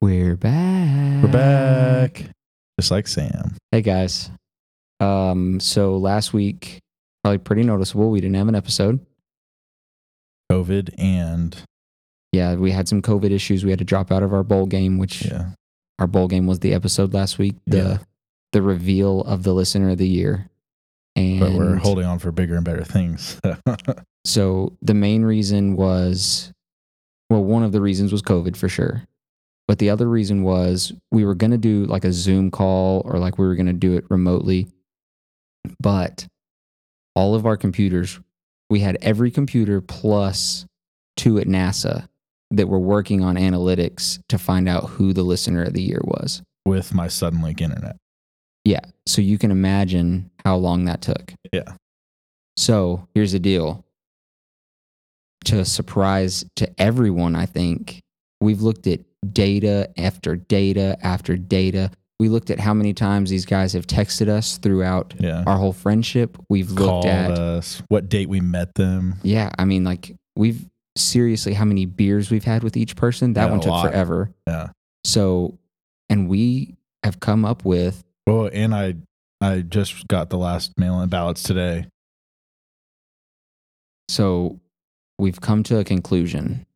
We're back. We're back. Just like Sam. Hey guys. Um, so last week, probably pretty noticeable, we didn't have an episode. COVID and Yeah, we had some COVID issues. We had to drop out of our bowl game, which yeah. our bowl game was the episode last week. The Yeah. the reveal of the listener of the year. And But we're holding on for bigger and better things. So the main reason was, well, one of the reasons was COVID for sure. But the other reason was we were going to do like a Zoom call or like we were going to do it remotely. But all of our computers, we had every computer plus two at NASA that were working on analytics to find out who the listener of the year was. with my sudden link internet. Yeah. So you can imagine how long that took. Yeah. So here's the deal. To surprise to everyone, I think, we've looked at data after data after data. We looked at how many times these guys have texted us throughout Yeah. our whole friendship. We've looked Called at, us, what date we met them. yeah, I mean, like, we've seriously how many beers we've had with each person. That Yeah, one a took lot. forever. Yeah. So, and we have come up with, Well, and I I just got the last mail in ballots today. so we've come to a conclusion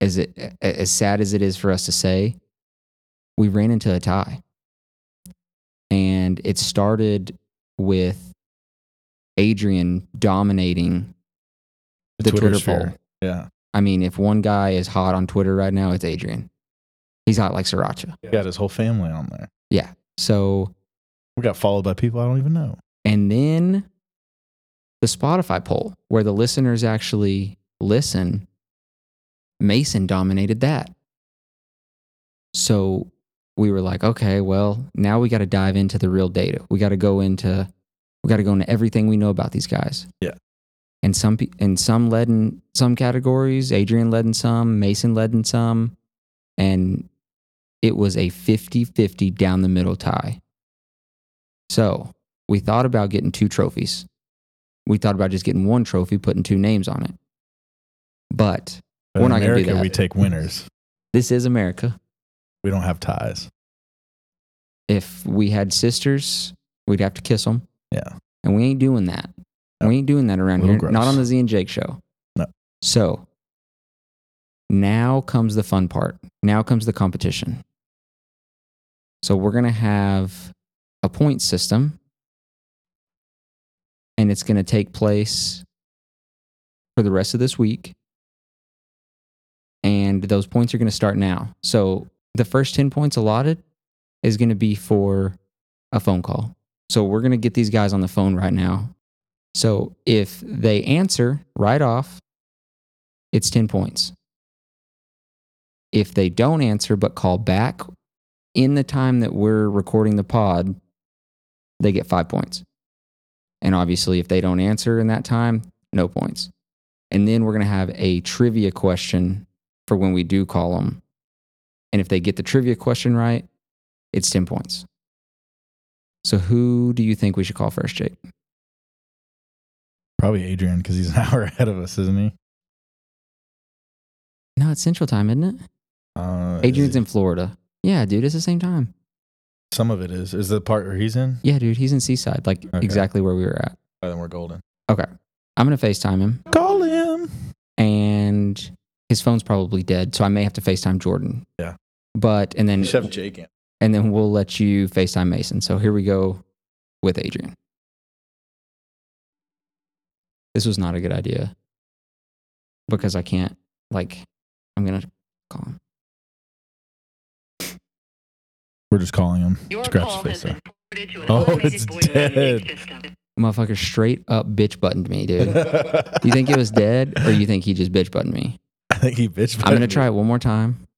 as it a- as sad as it is for us to say we ran into a tie and it started with adrian dominating the twitter, sphere. poll Yeah. i mean if one guy is hot on twitter right now it's adrian he's hot like sriracha yeah. Got his whole family on there. so We got followed by people I don't even know. and then the spotify poll where the listeners actually listen mason dominated that so we were like okay well now we got to dive into the real data we got to go into we got to go into everything we know about these guys Yeah. and some pe- and some led in some categories adrian led in some mason led in some and it was a 50-50 down the middle tie so we thought about getting two trophies. We thought about just getting one trophy, putting two names on it. But But We're in not gonna do America, that. we take winners. this is America. We don't have ties. If we had sisters, we'd have to kiss them. Yeah. And we ain't doing that. No. We ain't doing that around Little here. gross. Not on the Z and Jake show. No. So now comes the fun part. Now comes the competition. So we're going to have a point system and it's going to take place for the rest of this week. And those points are going to start now. So the first 10 points allotted is going to be for a phone call. So we're going to get these guys on the phone right now. So if they answer right off, it's 10 points. If they don't answer but call back in the time that we're recording the pod, they get five points. And obviously, if they don't answer in that time, no points. And then we're going to have a trivia question for when we do call them. And if they get the trivia question right, it's 10 points. So who do you think we should call first, Jake? Probably Adrian because he's an hour ahead of us, isn't he? No, it's Central Time, isn't it? Uh, is Adrian's he- in Florida. Yeah, dude, it's the same time. Some of it is. Is the part where he's in? Yeah, dude, he's in Seaside, like Okay. exactly where we were at. Oh, then we're golden. Okay, I'm gonna FaceTime him, Call him. and his phone's probably dead, so I may have to FaceTime Jordan. Yeah. But and then Jake in. and then we'll let you FaceTime Mason. So here we go with Adrian. This was not a good idea because I can't, like, I'm going to call him. We're just calling him. Your Scratch call his face has off. been forwarded to an Oh, automated it's voice messaging dead. system. Motherfucker straight up bitch buttoned me, dude. you think it was dead or you think he just bitch buttoned me? I think he bitch. I'm going to butted try me. it one more time.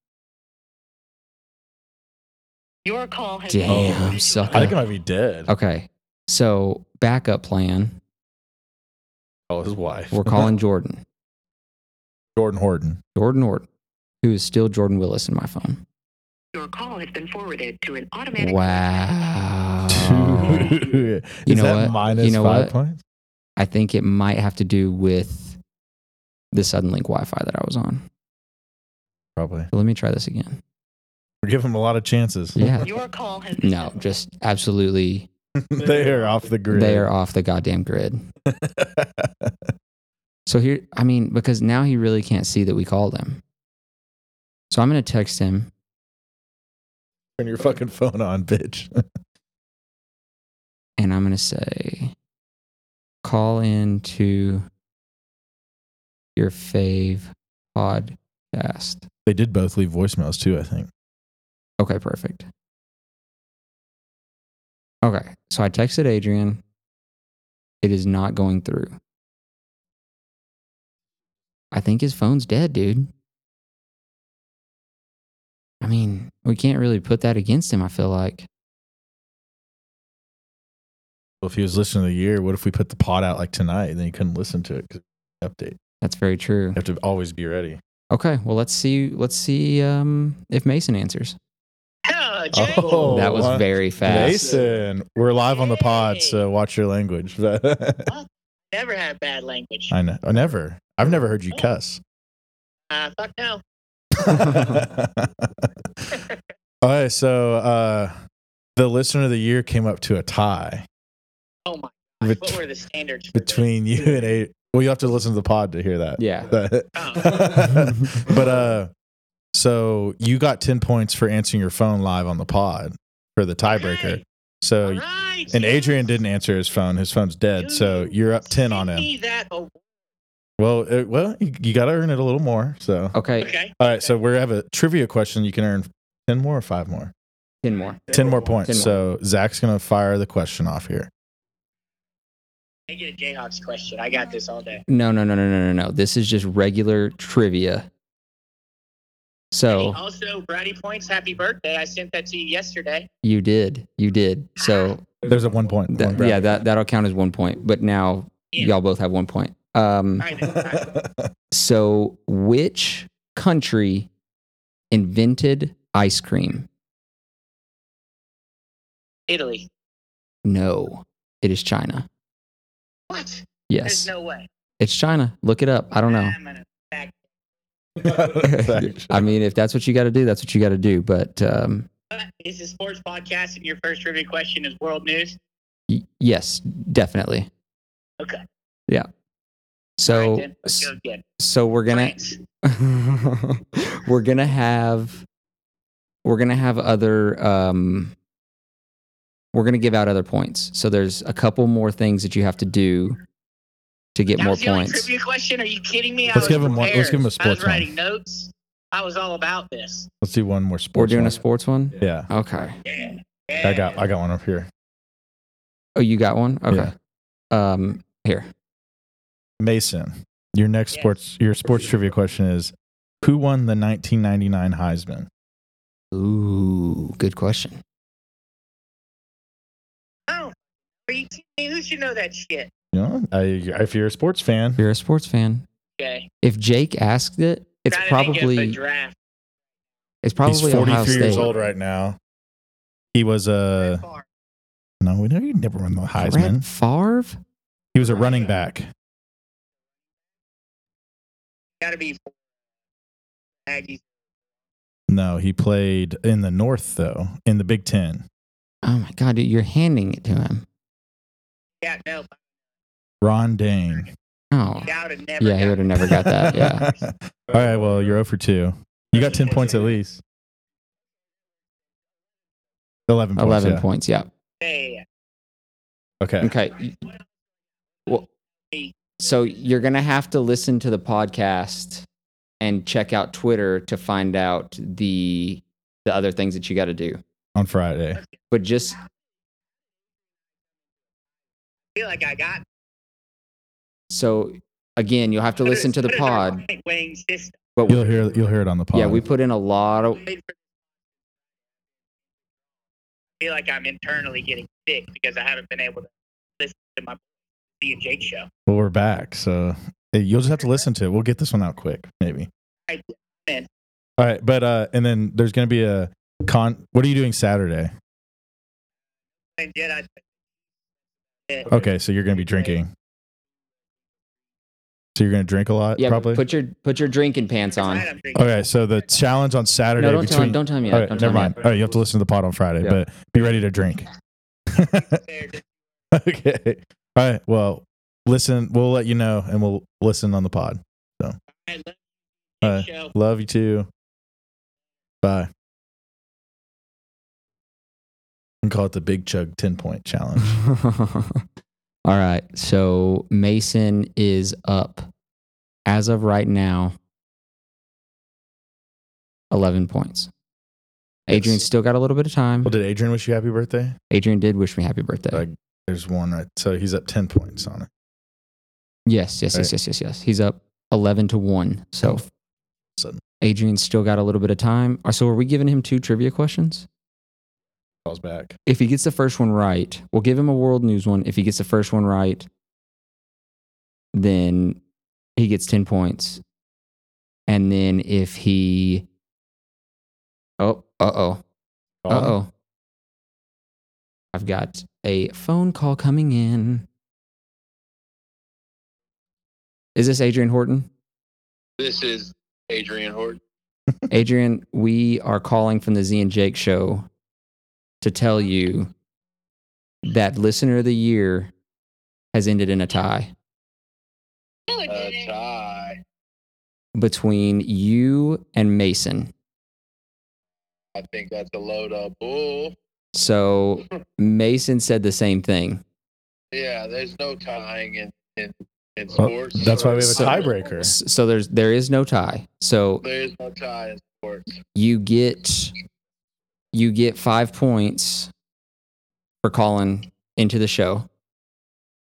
Your call has been Damn, forwarded to an sucker. I think it might be dead. Okay. So, backup plan. Oh, his wife. We're calling Jordan. Jordan Horton. Jordan Orton, who is still Jordan Willis in my phone. Your call has been forwarded to an automatic Wow. Is Oh. You know that what? minus You know five what? points? I think it might have to do with the Suddenlink Wi Fi that I was on. Probably. Let me try this again. We're giving them a lot of chances. Yeah. Your call has been No, just absolutely. they are off the grid. They are off the goddamn grid. So here, I mean, because now he really can't see that we called him. So I'm going to text him. Turn your fucking phone on, bitch. and I'm going to say, call in to your fave podcast. they did both leave voicemails too, I think. Okay, perfect. Okay, so I texted Adrian. It is not going through. I think his phone's dead, dude. I mean, we can't really put that against him, I feel like. Well, if he was listening to the year, what if we put the pod out like tonight and then he couldn't listen to it because update? That's very true. You have to always be ready. Okay, well let's see let's see um if Mason answers. Yeah, Jay. Oh, that was wow. very fast. Mason, we're live on the pod, so watch your language. I Never had bad language. know. I never. I've never heard you cuss. Uh, fuck no. All right, so uh, the listener of the year came up to a tie Oh my. bet- What were the standards for between you and a. Well, you have to listen to the pod to hear that. Yeah. but uh, so you got ten points for answering your phone live on the pod for the tiebreaker. Okay. So All right, and yes. Adrian didn't answer his phone. His phone's dead. So Dude, you're up ten on send him. me that award. Well, uh, well, you, you got to earn it a little more. So Okay, Okay. all right, so we have a trivia question. You can earn ten more or five more. 10 more. Ten more points. 10 more. So Zach's gonna fire the question off here. I get a Jayhawks question. I got this all day. No, no, no, no, no, no, no. This is just regular trivia. Hey, oh. So, also, Brownie Points, happy birthday. I sent that to you yesterday. you did. You did. Ah. So, There's a one point. that, one yeah, that that'll count as 1 point, but now Yeah. y'all both have 1 point. Um All right, then. All right. round. so which country invented ice cream? Italy. No. It is China. What? There's Yes. no way. it's China. Look it up. I don't know. I'm gonna back. I mean, if that's what you got to do, that's what you got to do. But um, But This is sports podcast, and your first trivia question is world news. y- yes, definitely. Okay. All So, right, then. Let's go again. so we're gonna France. we're gonna have we're gonna have other um, we're gonna give out other points. So there's a couple more things that you have to do to get That more was the only points. trivia question? Are you kidding me? I Let's was give him one- let's prepared. give him a I sports was one. writing notes. I was all about this. Let's do one more We're sports. doing a one. sports one. Yeah, Okay. Yeah. I got I got one up here. Oh, you got one. Okay. Um, here. Mason, your next Yes. sports your sports trivia question is: Who won the 1999 Heisman? Ooh, good question. Oh, are you kidding me? Who should know that shit? You know, I, if you're a sports fan, If you're a sports fan, Okay. if Jake asked it, it's Trying to think of a probably draft. it's probably he's 43 Ohio State. years old right now. He was a Far. no, we know you never won the Brett Heisman. Favre? He was a running back. Gotta be. Aggies. No, he played in the North though, in the Big Ten. Oh my god, dude, you're handing it to him. Yeah, no, Ron Dane. Oh, I would have never. yeah, he would have never got that. Yeah, All right. Well, you're 0 for two. You got 10 points at least. 11 points. eleven yeah. points. Yeah. Hey, Okay. Okay. Well, so you're gonna have to listen to the podcast and check out Twitter to find out the the other things that you got to do. On Friday. But just I feel like I got. so again, you'll have to listen to the What is our pod. point weighing system? But You'll hear you'll hear it on the pod. yeah, we put in a lot of I feel like I'm internally getting sick because I haven't been able to listen to my B and Jake show. well, we're back. So eh, you'll just have to listen to it. We'll get this one out quick, maybe. I- man. All right, but uh and then there's gonna be a con what are you doing Saturday? And yet I. Okay, so you're gonna be drinking. So you're gonna drink a lot, Yeah, probably. put your put your drinking pants on. Tonight I'm drinking. okay, so the challenge on Saturday No, don't tell him. between. Don't tell him yet. All right, don't tell never him yet. mind. All right, you have to listen to the pod on Friday, Yeah. but be ready to drink. There, just okay. All right. Well, listen. We'll let you know, and we'll listen on the pod. I love Uh, the show. Love you too. Bye. And call it the Big Chug Ten Point Challenge. All right. So Mason is up as of right now 11 points. Adrian's Yes. still got a little bit of time. Well, did Adrian wish you happy birthday? Adrian did wish me happy birthday. Like- There's one right. So he's up ten points on it. yes, yes, Right. yes, yes, yes, yes. He's up 11 to 1. So Sudden. Adrian's still got a little bit of time. Uh, So are we giving him two trivia questions? Calls back. If he gets the first one right, we'll give him a world news one. If he gets the first one right, then he gets 10 points. And then if he. Oh, uh oh. Uh-huh. Uh oh. I've got a phone call coming in. Is this Adrian Horton? This is Adrian Horton. Adrian, we are calling from the Z and Jake show to tell you that listener of the year has ended in a tie A tie. between you and Mason. I think that's a load of bull. So Mason said the same thing. Yeah, there's no tying in in, in sports. That's why we have a So- S- tiebreaker. So there's there is no tie. So There's no tie in sports. you get you get 5 points for calling into the show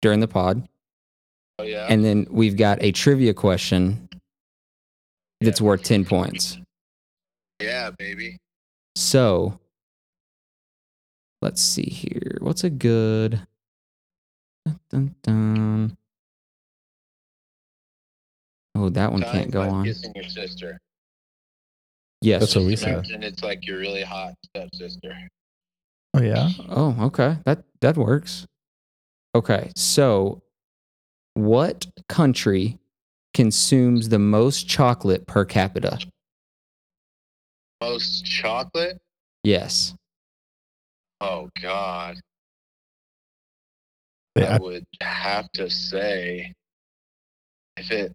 during the pod. Oh yeah. And then we've got a trivia question that's worth 10 points. yeah, baby. So let's see here. What's a good. Dun, dun, dun. Oh, that one Tying can't go by on. Kissing your sister. Yes. That's what we Just said. Imagine it's like your really hot stepsister. Oh yeah. Oh, okay. That that works. Okay. So what country consumes the most chocolate per capita? Most chocolate. Yes. Oh God. Yeah, I would have to say if it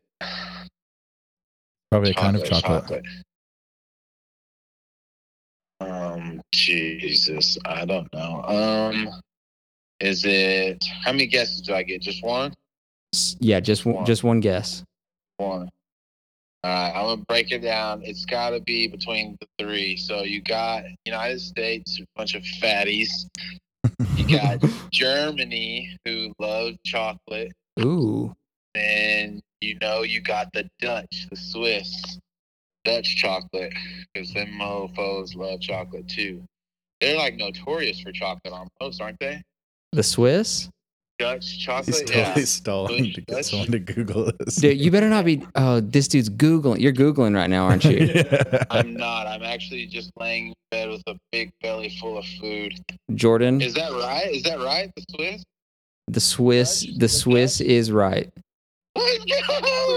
probably a kind of chocolate. chocolate. Um, Jesus, I don't know. Um, is it how many guesses do I get? Just one? S- Yeah, just one, just one guess. One. All right, I'm gonna break it down. It's got to be between the three. So you got United States, a bunch of fatties. You got Germany, who love chocolate, Ooh. and you know you got the Dutch, the Swiss, Dutch chocolate, because them mofo's love chocolate too. They're like notorious for chocolate on posts, aren't they? The Swiss? Dutch He's chocolate, yeah. totally stalling to get That's- someone to Google this. Dude, you better not be. Oh, this dude's Googling. You're Googling right now, aren't you? I'm not. I'm actually just laying in bed with a big belly full of food. Jordan, Is that right? Is that right? The Swiss? the Swiss, the Swiss is right. Let's go!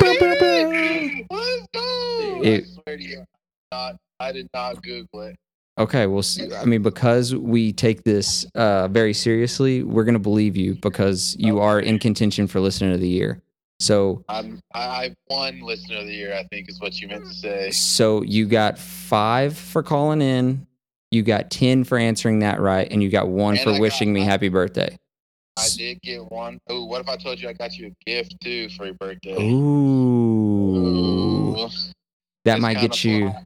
Bow, bow, baby! Let's go! It- I swear to you, not, I did not Google it. Okay, well, s- I mean, because we take this uh, very seriously, we're gonna believe you because you are in contention for listener of the year. So, I'm, I, I won Listener of the Year, I think is what you meant to say. so you got five for calling in, you got ten for answering that right, and you got one And for I got- wishing me happy birthday. I did get one. Oh, what if I told you I got you a gift too for your birthday? Ooh, Ooh, that it's might kinda get you. fly.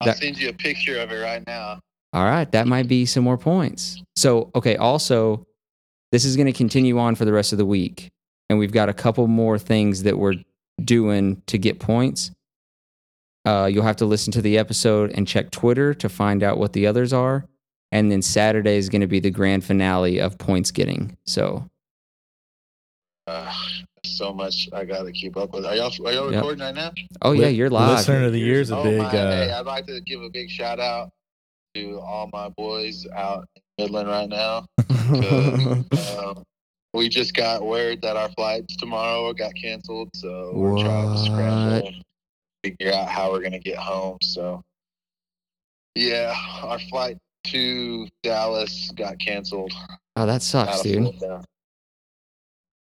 I'll that- send you a picture of it right now. All right, that might be some more points. So, okay, also, this is going to continue on for the rest of the week. And we've got a couple more things that we're doing to get points. Uh, you'll have to listen to the episode and check Twitter to find out what the others are. And then Saturday is going to be the grand finale of points getting. So, Uh, so much I gotta keep up with. Are y'all are y'all Yep. recording right now? oh, yeah, you're live. Listener of the year is a oh big. my, hey, Uh, I'd like to give a big shout out to all my boys out in Midland right now. 'cause, um, We just got word that our flights tomorrow got canceled, so we're trying to scramble, and figure out how we're gonna get home. So, yeah, our flight to Dallas got canceled. Oh, that out sucks, of dude. Florida.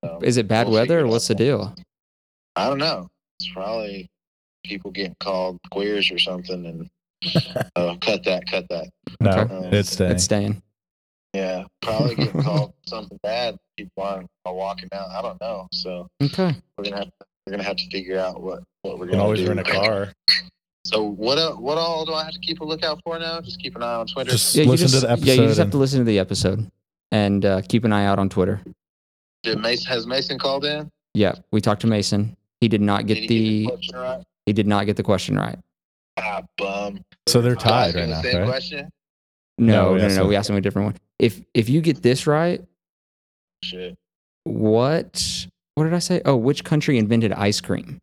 So, Is it bad We'll weather figure or it what's the out. deal? I don't know. It's probably people getting called queers or something, and oh, cut that, cut that. No, Okay. it's staying. It's staying. Yeah, probably getting called something bad. People aren't are walking out. I don't know. So Okay. we're gonna have to, we're gonna have to figure out what what we're you gonna can always do. rent a car. So what el- what all do I have to keep a lookout for now? Just keep an eye on Twitter. Just Yeah, you listen just, to the episode. yeah, you just have and- to listen to the episode and uh, keep an eye out on Twitter. Did Mason has Mason called in? Yeah, we talked to Mason. He did not Did get he the get his question right? he did not get the question right. Ah, bum. so they're I was tied right gonna now, say right? question. No, no, we no, asked no. him. We asked him a different one. If if you get this right, Shit. what what did I say? Oh, which country invented ice cream?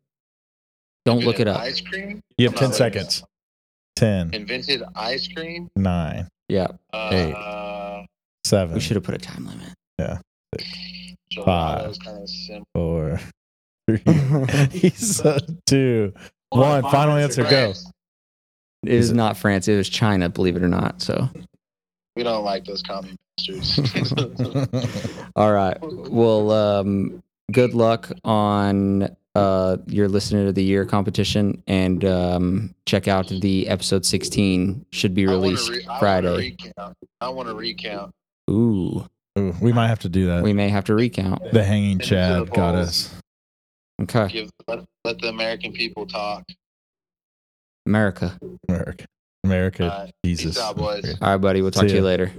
Don't look it Invented up. Ice cream. You have I'm ten not looking it seconds. up. Ten, Invented ice cream. nine, Yeah, Uh, Eight. we seven, should have put a time limit. Gelato's kind of simple. four, three. He's uh, two. One, final answer, go. It is it- not France. It was China, believe it or not. So, We don't like those commie bastards. all right. Well, um, good luck on uh, your listener of the year competition, and um, check out the episode sixteen. Should be I wanna released re- I wanna Friday. recount. I want to recount. Ooh, Ooh, we might have to do that. we may have to recount. the hanging Into the Chad got polls. us. Okay, Give let, let the American people talk. America. America, America, Uh, Jesus. out, boys. All right, buddy. We'll talk See to you ya. later.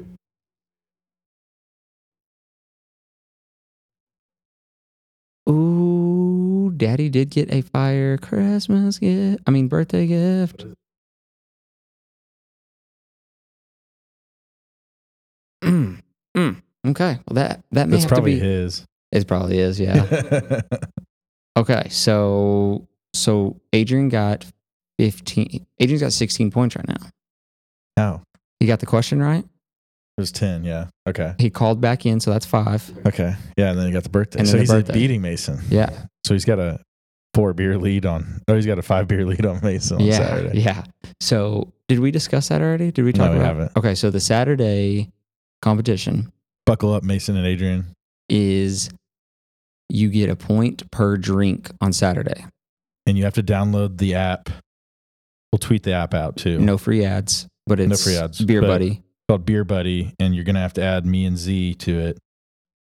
Ooh, daddy did get a fire Christmas gift. I mean, birthday gift. Mm, mm, okay. Well, that that may That's have to probably be. his. It probably is. Yeah. Okay, so so Adrian got fifteen. Adrian's got sixteen points right now. no, He got the question right. it Oh, was ten. Yeah. Okay. He called back in, so that's five. Okay. Yeah. And then he got the birthday. And then so the he's birthday. beating Mason. Yeah, So he's got a four beer lead on. Oh, he's got a five beer lead on Mason on yeah, Saturday. yeah. So did we discuss that already? Did we talk No, we about? haven't. Okay, so the Saturday competition Buckle up, Mason and Adrian. is you get a point per drink on Saturday. And you have to download the app. We'll tweet the app out too. No free ads, but it's No free ads, Beer but- Buddy. It's called Beer Buddy, and you're gonna have to add me and Z to it.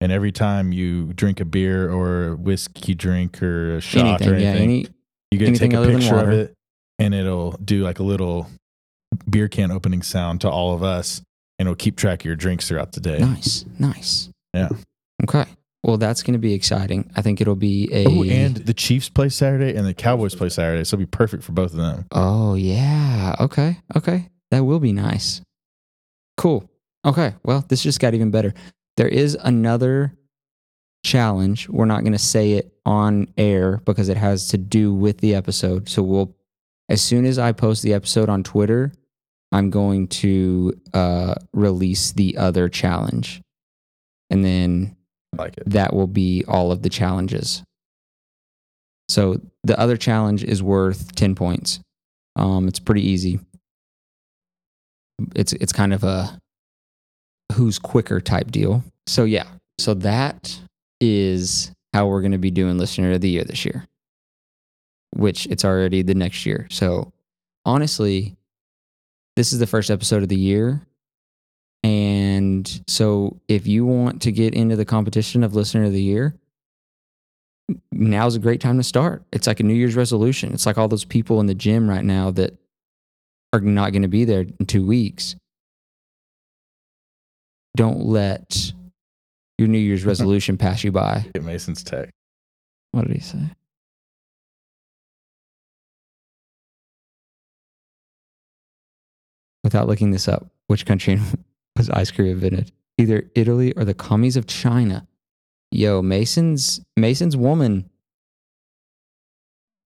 And every time you drink a beer or a whiskey drink or a shot Anything, or yeah. anything, Any you get to anything take a other than picture of water. it, and it'll do like a little beer can opening sound to all of us, and it'll keep track of your drinks throughout the day. nice, nice. Yeah. Okay. Well, that's going to be exciting. I think it'll be a. Oh, and the Chiefs play Saturday and the Cowboys play Saturday, so it'll be perfect for both of them. Oh yeah. Okay. Okay. That will be nice. Cool. Okay. Well, this just got even better. There is another challenge. We're not going to say it on air because it has to do with the episode. So we'll as soon as I post the episode on Twitter, I'm going to uh release the other challenge. And then I like it. that will be all of the challenges. So the other challenge is worth 10 points. Um, it's pretty easy. It's, it's kind of a who's quicker type deal. So, yeah. So that is how we're going to be doing Listener of the Year this year, which it's already the next year. So, honestly, this is the first episode of the year. And so if you want to get into the competition of listener of the year, now's a great time to start. It's like a New Year's resolution. It's like all those people in the gym right now that are not going to be there in two weeks. Don't let your New Year's resolution pass you by. Get Mason's tech. What did he say? Without looking this up, which country was ice cream invented? Either Italy or the commies of China. Yo, Mason's Mason's woman.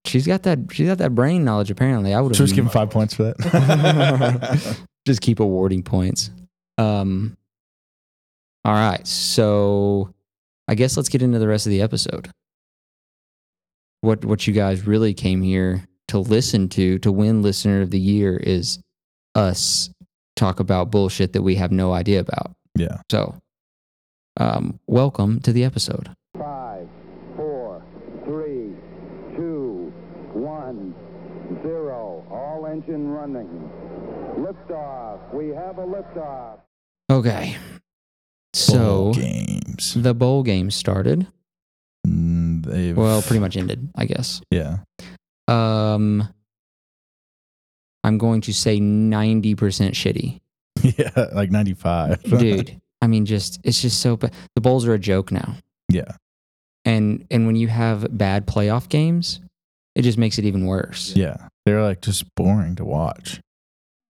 She's got that. She's got that brain knowledge. Apparently, I would Should we have just give him five points for that? just keep awarding points. Um, all right. So I guess let's get into the rest of the episode. What what you guys really came here to listen to to win listener of the year is us talk about bullshit that we have no idea about. Yeah. So, um, welcome to the episode. Five, four, three, two, one, zero. All engine running. Liftoff. We have a liftoff. Okay. So Bowl games. the bowl game started. Mm, they've- Well, pretty much ended, I guess. Yeah. Um, I'm going to say 90% shitty. Yeah. Like 95. dude i mean just it's just so bad the bowls are a joke now Yeah. and and when you have bad playoff games it just makes it even worse Yeah. They're like just boring to watch.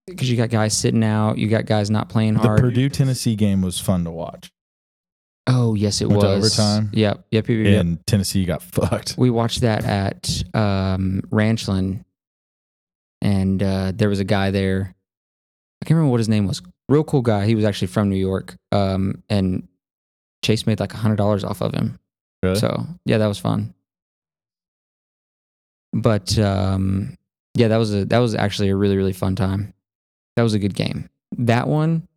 because you got guys sitting out you got guys not playing The hard Purdue Tennessee game was fun to watch. oh yes it Went was to overtime. yep yep yep, yep, yep. And Tennessee got fucked. we watched that at um ranchland and uh there was a guy there i can't remember what his name was real cool guy he was actually from new york um and chase made like a hundred dollars off of him Really? So yeah, that was fun. But um, yeah, that was a that was actually a really really fun time. That was a good game. That one,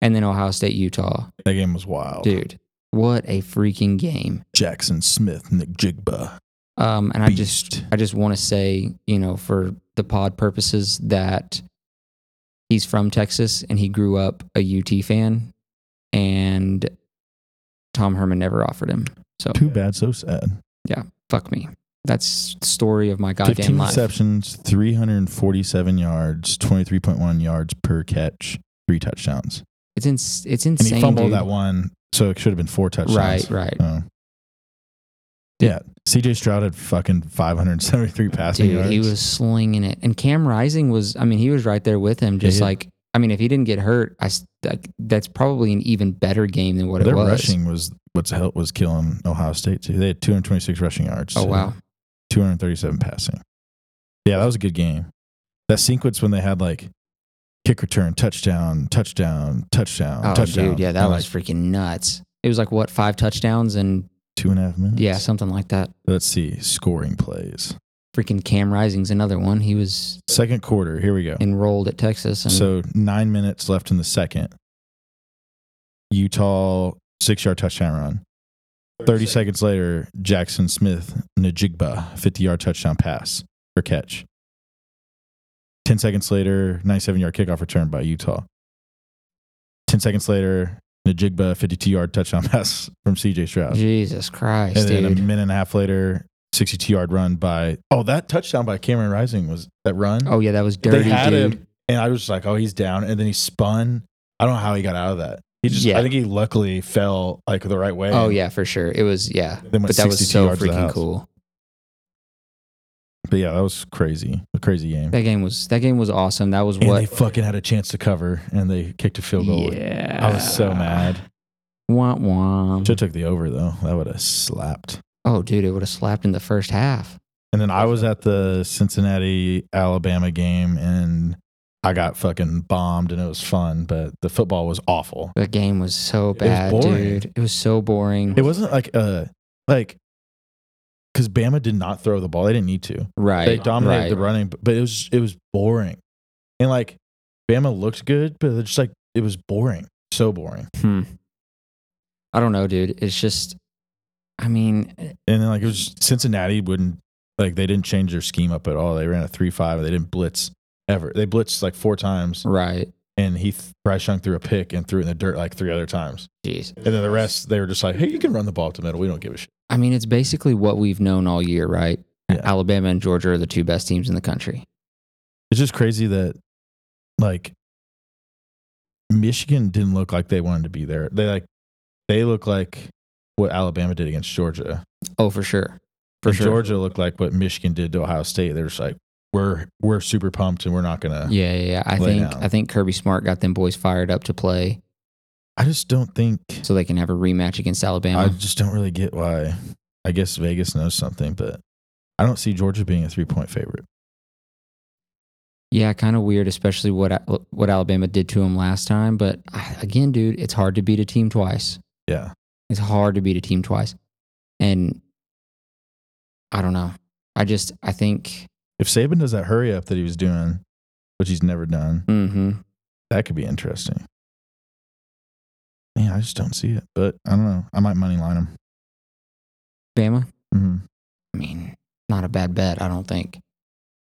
and then Ohio State Utah, that game was wild. dude, what a freaking game! Jackson Smith, Nick Jigba. Um, and I just Beast. I just want to say, you know, for the pod purposes, that he's from Texas and he grew up a UT fan, and Tom Herman never offered him. So Too bad, so sad. fuck me. That's the story of my 15 goddamn life. receptions, 347 yards, 23.1 yards per catch, three touchdowns. It's ins- it's And insane. he fumbled dude. that one, so it should have been four touchdowns. Right, right. So- Yeah. CJ Stroud had fucking 573 passing Dude, yards. he was slinging it. And Cam Rising was, I mean, he was right there with him. Just Yeah. like, I mean, if he didn't get hurt, I s- that, that's probably an even better game than what Their it was. rushing was what's hel- was killing Ohio State too. They had 226 rushing yards. Oh to wow, 237 passing. Yeah, that was a good game. That sequence when they had like kick return, touchdown, touchdown, touchdown, oh touchdown. dude, yeah, that in, was like freaking nuts. It was like what five touchdowns and two and a half minutes. yeah, something like that. Let's see scoring plays. Freaking Cam Rising's another one. He was Second quarter. Here we go. enrolled at Texas, and So nine minutes left in the second. Utah six yard touchdown run. 30 seconds later, Jackson Smith, Najigba, 50 yard touchdown pass or catch. 10 seconds later, 97 yard kickoff return by Utah. 10 seconds later, Najigba, 52 yard touchdown pass from CJ Stroud. Jesus Christ, uh, and then a dude. minute and a half later, 62 yard run by, oh, that touchdown by Cameron Rising was that run? oh yeah, that was dirty, they had dude. him, and I was just like, "Oh, he's down." And then he spun. I don't know how he got out of that. He just, Yeah. I think he luckily fell like the right way. Oh yeah, for sure. It was yeah, Then went but that was 62 so yards to the freaking house. cool. but yeah, that was crazy. A crazy game. That game was that game was awesome. That was and what they fucking had a chance to cover, and they kicked a field goal. Yeah, I was so mad. Womp womp. Should have took the over though. That would have slapped. oh, dude, it would have slapped in the first half. And then I was at the Cincinnati Alabama game, and I got fucking bombed, and it was fun, but the football was awful. The game was so was bad, boring. dude. It was so boring. It wasn't like uh like because Bama did not throw the ball. They didn't need to. right. they dominated right. the running, but it was it was boring. And like Bama looked good, but it's just like it was boring. So boring. Hmm. I don't know, dude. It's just, I mean, eh, And then like it was Cincinnati wouldn't like they didn't change their scheme up at all. They ran a three five. They didn't blitz ever. They blitzed like four times, right. and he th- Bryce Young threw a pick and threw it in the dirt like three other times. Jeez. And then the rest they were just like, hey, you can run the ball up the middle. We don't give a shit. I mean, it's basically what we've known all year, right? Yeah. Alabama and Georgia are the two best teams in the country. It's just crazy that like Michigan didn't look like they wanted to be there. They like they look like what Alabama did against Georgia. Oh, for sure. For And sure. Georgia looked like what Michigan did to Ohio State. They're just like, we're we're super pumped and we're not gonna. Yeah, yeah, yeah. I Lay think down. I think Kirby Smart got them boys fired up to play I just don't think. so they can have a rematch against Alabama. I just don't really get why. I guess Vegas knows something, but I don't see Georgia being a three point favorite. Yeah, kind of weird, especially what what Alabama did to him last time. But I- again, dude, it's hard to beat a team twice. Yeah, It's hard to beat a team twice. And I don't know. I just, I think, If Saban does that hurry up that he was doing, which he's never done, hmm that could be interesting. Yeah, I just don't see it, but I don't know. I might money line him. Bama, hmm I mean, not a bad bet, I don't think.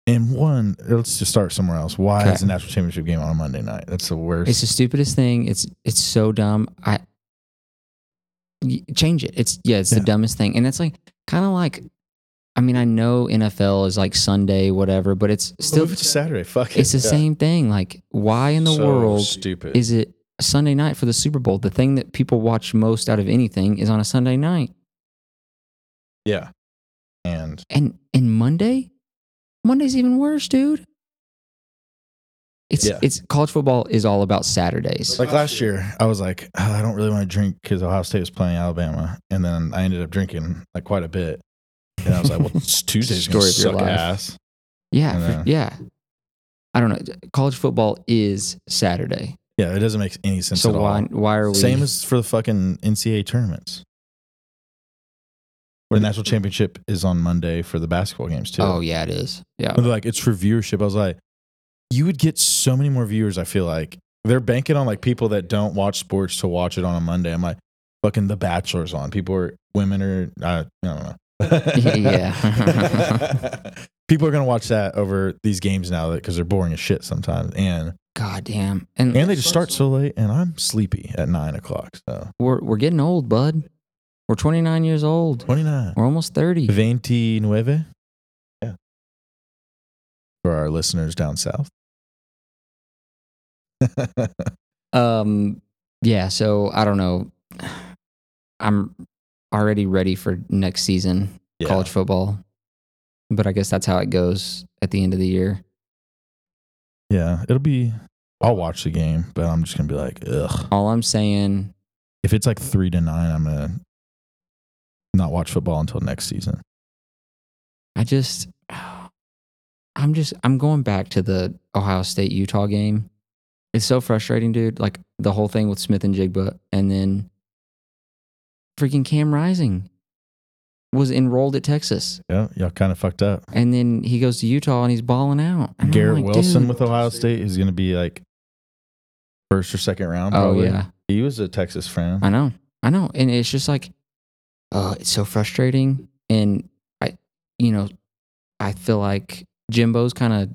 And one, let's just start somewhere else. Why Okay. is the national championship game on a Monday night? That's the worst. It's the stupidest thing. It's it's so dumb. I y- change it. It's yeah, it's Yeah. the dumbest thing. And it's like kind of like I mean, I know NFL is like Sunday whatever, but it's still Move it to Saturday. Fuck it. it's the Yeah. same thing. Like why in the So world stupid. is it Sunday night for the Super Bowl? The thing that people watch most out of anything is on a Sunday night. yeah. And And and Monday? Monday's even worse, dude. It's Yeah. it's college football is all about Saturdays. like last year, I was like, "Ah, I don't really want to drink because Ohio State was playing Alabama, and then I ended up drinking like quite a bit. And I was like, well, it's Tuesday's going to Story of suck your life. ass. Yeah, I for, know. yeah. I don't know. College football is Saturday, Yeah, it doesn't make any sense so at all. why why are we? Same as for the fucking NCAA tournaments. Where the national championship is on Monday for the basketball games too. oh yeah, it is. Yeah, And they're like, it's for viewership. I was like, you would get so many more viewers, I feel like. They're banking on like people that don't watch sports to watch it on a Monday. I'm like, fucking The Bachelor's on. People are women are I, I don't know. Yeah. people are gonna watch that over these games now because they're boring as shit sometimes, and God damn. And, and they just start so late, and I'm sleepy at nine o'clock. So we're we're getting old, bud. We're 29 years old. twenty nine. We're almost 30. 29. Yeah. For our listeners down south. Um, yeah. So I don't know. I'm already ready for next season Yeah. college football, but I guess that's how it goes at the end of the year. Yeah. It'll be, I'll watch the game, but I'm just going to be like, ugh. All I'm saying, If it's like three to nine, I'm going to not watch football until next season. I just, I'm just, I'm going back to the Ohio State Utah game. It's so frustrating, dude. Like the whole thing with Smith and Jigba, and then freaking Cam Rising was enrolled at Texas, Yeah. Y'all kind of fucked up. and then he goes to Utah and he's balling out. And I'm Garrett like, Wilson dude. with Ohio State is going to be like first or second round. oh Probably. yeah, He was a Texas fan. I know, I know, and it's just like, uh, it's so frustrating, and I, you know, I feel like Jimbo's kind of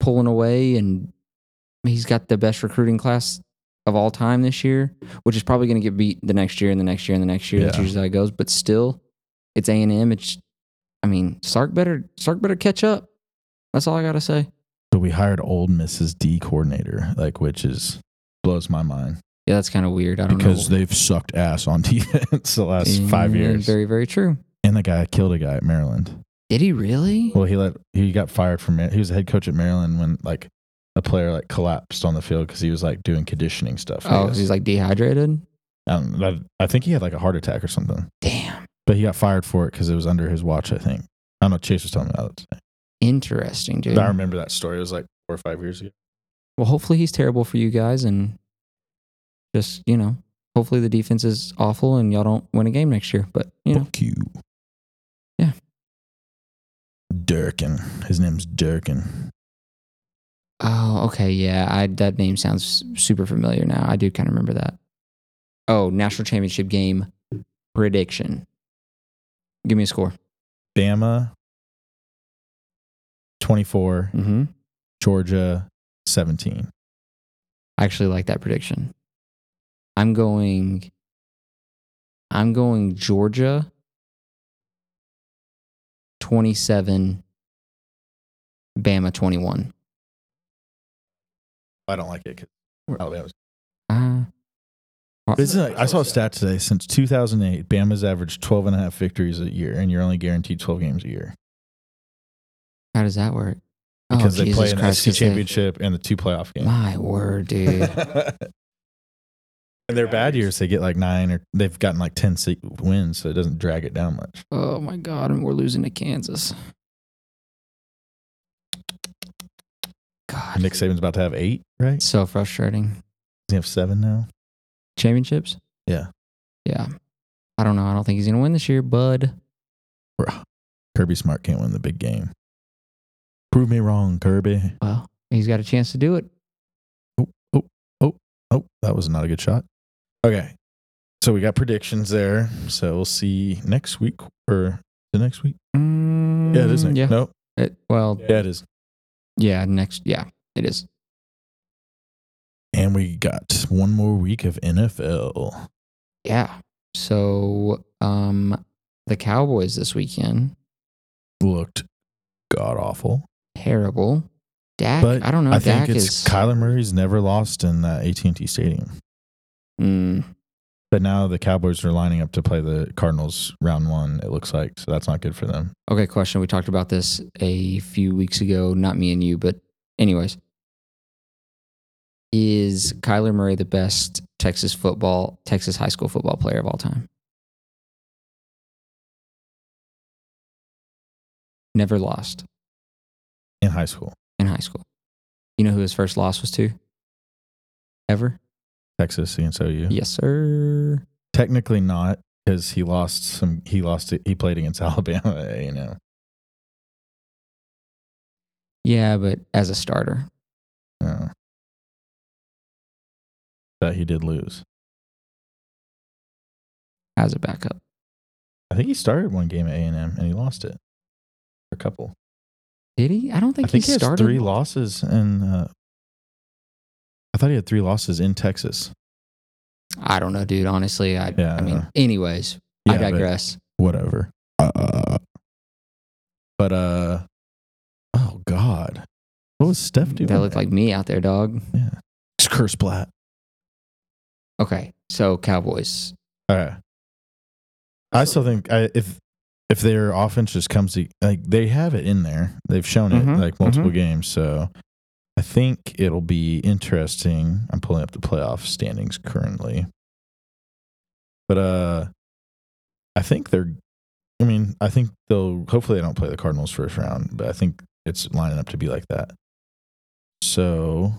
pulling away, and he's got the best recruiting class of all time this year, which is probably going to get beat the next year and the next year and the next year. That's Yeah. usually how it goes, but still, it's A and M. It's, I mean, Sark better Sark better catch up. That's all I gotta say. So we hired old Mrs. D coordinator, like, which is blows my mind. Yeah, that's kind of weird. I don't because know. they've sucked ass on defense the last five Mm, years. Very, very true. and the guy killed a guy at Maryland. Did he really? Well, he let he got fired from Mar- he was the head coach at Maryland when like a player like collapsed on the field because he was like doing conditioning stuff. I Oh, guess. he's like dehydrated. I, don't know. I, I think he had like a heart attack or something, Damn, but he got fired for it because it was under his watch. I think I don't know. Chase was telling me about it. today. interesting, dude. But I remember that story. It was like four or five years ago. Well, hopefully he's terrible for you guys, and just you know, hopefully the defense is awful and y'all don't win a game next year. But you know, Fuck you. Yeah. Durkin. His name's Durkin. oh, okay, yeah, I, that name sounds super familiar now. I do kind of remember that. Oh, national championship game prediction. Give me a score. Bama. Twenty four. Mm-hmm. Georgia 17. I actually like that prediction. I'm going. I'm going Georgia. Twenty-seven. Bama twenty-one. I don't like it because Alabama's. Ah. I saw a stat today. Since 2008, Bama's averaged 12 and a half victories a year, and you're only guaranteed 12 games a year how does that work? Oh, because they Jesus play in the Christ, SEC 'cause they- championship and the two playoff games. My word, dude. and their bad years, they get like nine or they've gotten like 10 se- wins, so it doesn't drag it down much. oh my God, and we're losing to Kansas. God, Nick Saban's about to have eight, right? Does so frustrating. he have seven now? Championships. Yeah. Yeah. I don't know. I don't think he's going to win this year, bud. Bruh. Kirby Smart can't win the big game. Prove me wrong, Kirby. Well, he's got a chance to do it. Oh, that was not a good shot. Okay. So we got predictions there. So we'll see next week or the next week. Yeah, it is next. Mm, Yeah. Nope. It- well, Mm, Yeah, it is. yeah, next. Yeah, it is. And we got one more week of NFL. Yeah. So, um, the Cowboys this weekend, Looked god awful. terrible. Dak, But I don't know. I Dak think it's is. Kyler Murray's never lost in uh, AT&T Stadium. Mm, But now the Cowboys are lining up to play the Cardinals round one, it looks like. So that's not good for them. okay, question. We talked about this a few weeks ago. Not me and you, but anyways, is Kyler Murray the best Texas football, Texas high school football player of all time? Never lost In high school, in high school. You know who his first loss was to? Ever? Texas against OU. Yes, sir. Technically not because he lost some. He lost it. He played against Alabama. You know. Yeah, but as a starter. Uh, but he did lose. as a backup. I think he started one game at A and M and he lost it. A couple. Did he? I don't think, I think he, he has started. three losses in. Uh, I thought he had three losses in Texas. I don't know, dude. Honestly, I. Yeah, I I mean, know. anyways, I but digress. Whatever. Uh, but uh, oh god, what was Steph doing? That looked like me out there, dog. yeah, it's curse blat. Okay, so Cowboys. All right. I still think I, if if their offense just comes to like they have it in there, they've shown it Mhm, like multiple games. So I think it'll be interesting. I'm pulling up the playoff standings currently, but uh, I think they're. I mean, I think they'll. Hopefully, they don't play the Cardinals first round, but I think it's lining up to be like that. So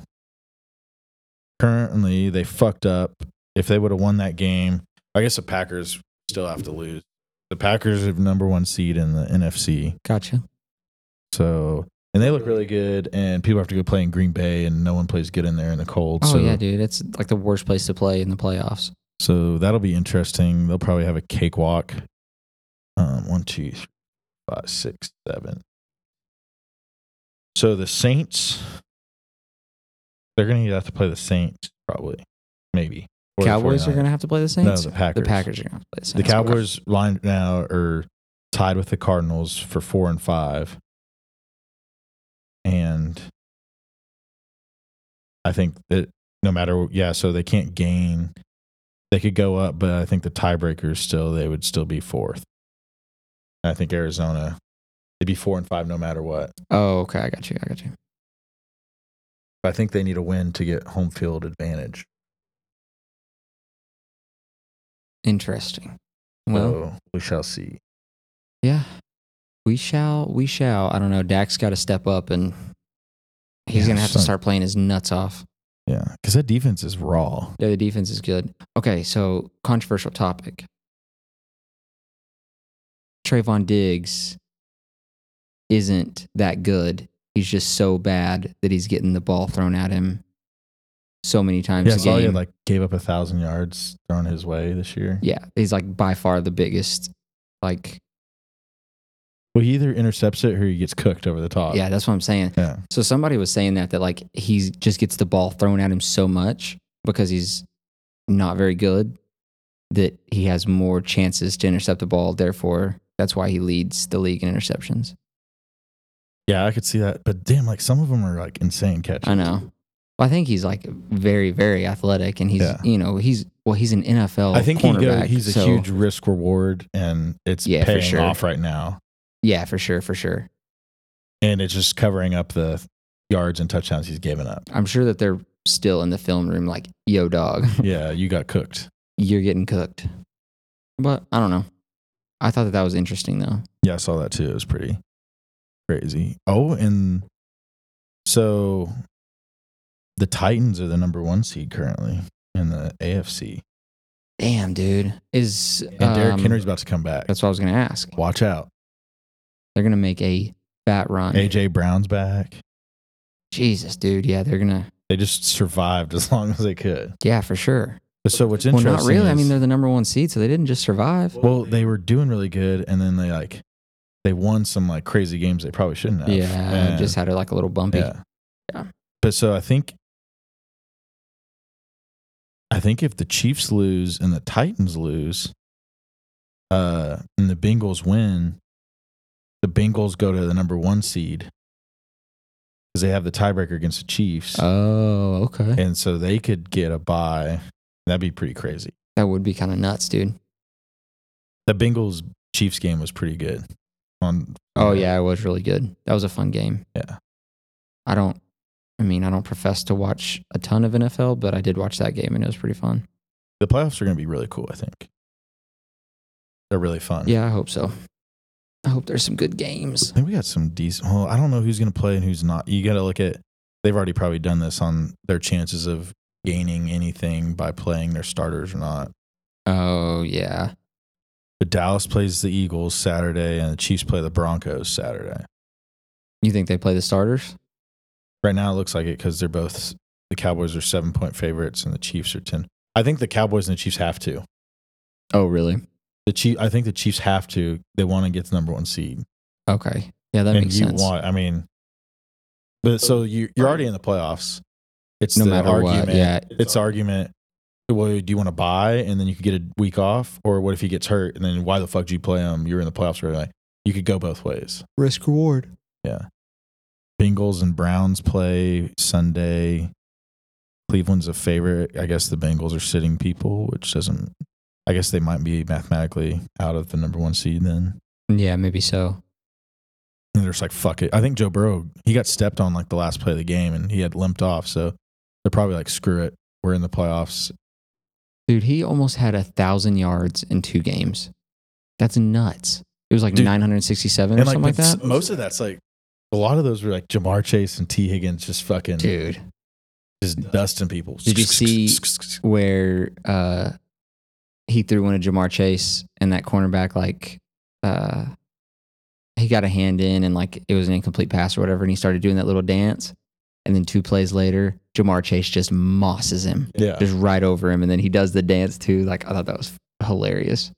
currently, they fucked up. If they would have won that game, I guess the Packers still have to lose. The Packers have number one seed in the NFC. Gotcha. So and they look really good and people have to go play in Green Bay and no one plays good in there in the cold. Oh so yeah, dude. It's like the worst place to play in the playoffs. so that'll be interesting. They'll probably have a cakewalk. Um one, two, three, five, six, seven. So the Saints they're gonna have to play the Saints, probably. Maybe. Or the Cowboys are 49ers. gonna have to play the Saints. No, the Packers. The Packers are gonna have to play the Saints. The Okay. Cowboys line now are tied with the Cardinals for four and five. And I think that no matter yeah, so they can't gain they could go up, but I think the tiebreakers still they would still be fourth. And I think Arizona they'd be four and five no matter what. Oh, okay. I got you. I got you. But I think they need a win to get home field advantage. Interesting. Well, so we shall see. yeah. We shall. We shall. I don't know. Dak's got to step up, and he's Yeah, gonna have to son. start playing his nuts off. Yeah. Because that defense is raw. Yeah, the defense is good. Okay, so controversial topic. Trayvon Diggs isn't that good. He's just so bad that he's getting the ball thrown at him so many times Yeah, a Sawyer game. like gave up a thousand yards thrown his way this year. yeah, he's like by far the biggest. Like, Well, he either intercepts it or he gets cooked over the top. yeah, that's what I'm saying. yeah. So somebody was saying that that like he just gets the ball thrown at him so much because he's not very good that he has more chances to intercept the ball. Therefore, that's why he leads the league in interceptions. Yeah, I could see that. But damn, like some of them are like insane catches. I know. I think he's like very, very athletic, and he's Yeah. you know he's well he's an NFL. I think he go, cornerback, he's a so- huge risk reward, and it's Yeah, for paying sure. off right now, Yeah, for sure, for sure. and it's just covering up the yards and touchdowns he's given up. I'm sure that they're still in the film room, like yo, dog, yeah, you got cooked. you're getting cooked. But I don't know. I thought that that was interesting though. Yeah, I saw that too. It was pretty crazy. Oh, and so the Titans are the number one seed currently in the AFC. Damn, dude. Is And Derrick um, Henry's about to come back. That's what I was gonna ask. Watch out. They're gonna make a fat run. AJ Brown's back. Jesus, dude. Yeah, they're gonna. They just survived as long as they could. Yeah, for sure. But so what's Well, interesting? not really. I is- mean, they're the number one seed, so they didn't just survive. well, they were doing really good, and then they like they won some like crazy games they probably shouldn't have. yeah, And- just had it like a little bumpy. yeah. Yeah. But so I think I think if the Chiefs lose and the Titans lose, uh, and the Bengals win, the Bengals go to the number one seed because they have the tiebreaker against the Chiefs, Oh, okay. and so they could get a bye. That'd be pretty crazy. That would be kind of nuts, dude. The Bengals Chiefs game was pretty good. On Oh yeah, it was really good. That was a fun game. Yeah. I don't. I mean, I don't profess to watch a ton of NFL, but I did watch that game and it was pretty fun. the playoffs are going to be really cool. I think they're really fun. Yeah, I hope so. I hope there's some good games. I think we got some decent. Well, I don't know who's going to play and who's not. You got to look at. They've already probably done this on their chances of gaining anything by playing their starters or not. Oh yeah. But Dallas plays the Eagles Saturday, and the Chiefs play the Broncos Saturday. You think they play the starters? Right now, it looks like it because they're both the Cowboys are seven point favorites, and the Chiefs are ten. I think the Cowboys and the Chiefs have to. Oh really? The Chief, I think the Chiefs have to. They want to get the number one seed. Okay. Yeah, that and makes you sense. want. I mean, but so you you're already in the playoffs. It's No the matter what, argument. yeah. it's argument. Well, do you want to buy and then you could get a week off, or what if he gets hurt and then why the fuck do you play him? You're in the playoffs right? Like, you could go both ways. Risk reward. Bengals and Browns play Sunday. Cleveland's a favorite. I guess the Bengals are sitting people, which doesn't. I guess they might be mathematically out of the number one seed then. Yeah, maybe so. And they're just like, fuck it. I think Joe Burrow, he got stepped on like the last play of the game and he had limped off. So they're probably like, screw it. We're in the playoffs. Dude, he almost had a thousand yards in two games. That's nuts. It was like Dude. 967 or something like with- that. Most of that's like, a lot of those were like Jamar Chase and T. Higgins just fucking Dude, just dusting people. Did you see- where uh, he threw one to Jamar Chase and that cornerback, like, uh, he got a hand in and like it was an incomplete pass or whatever. And he started doing that little dance. And then two plays later, Jamar Chase just mosses him, Yeah. just right over him. And then he does the dance too. Like, I thought that was hilarious.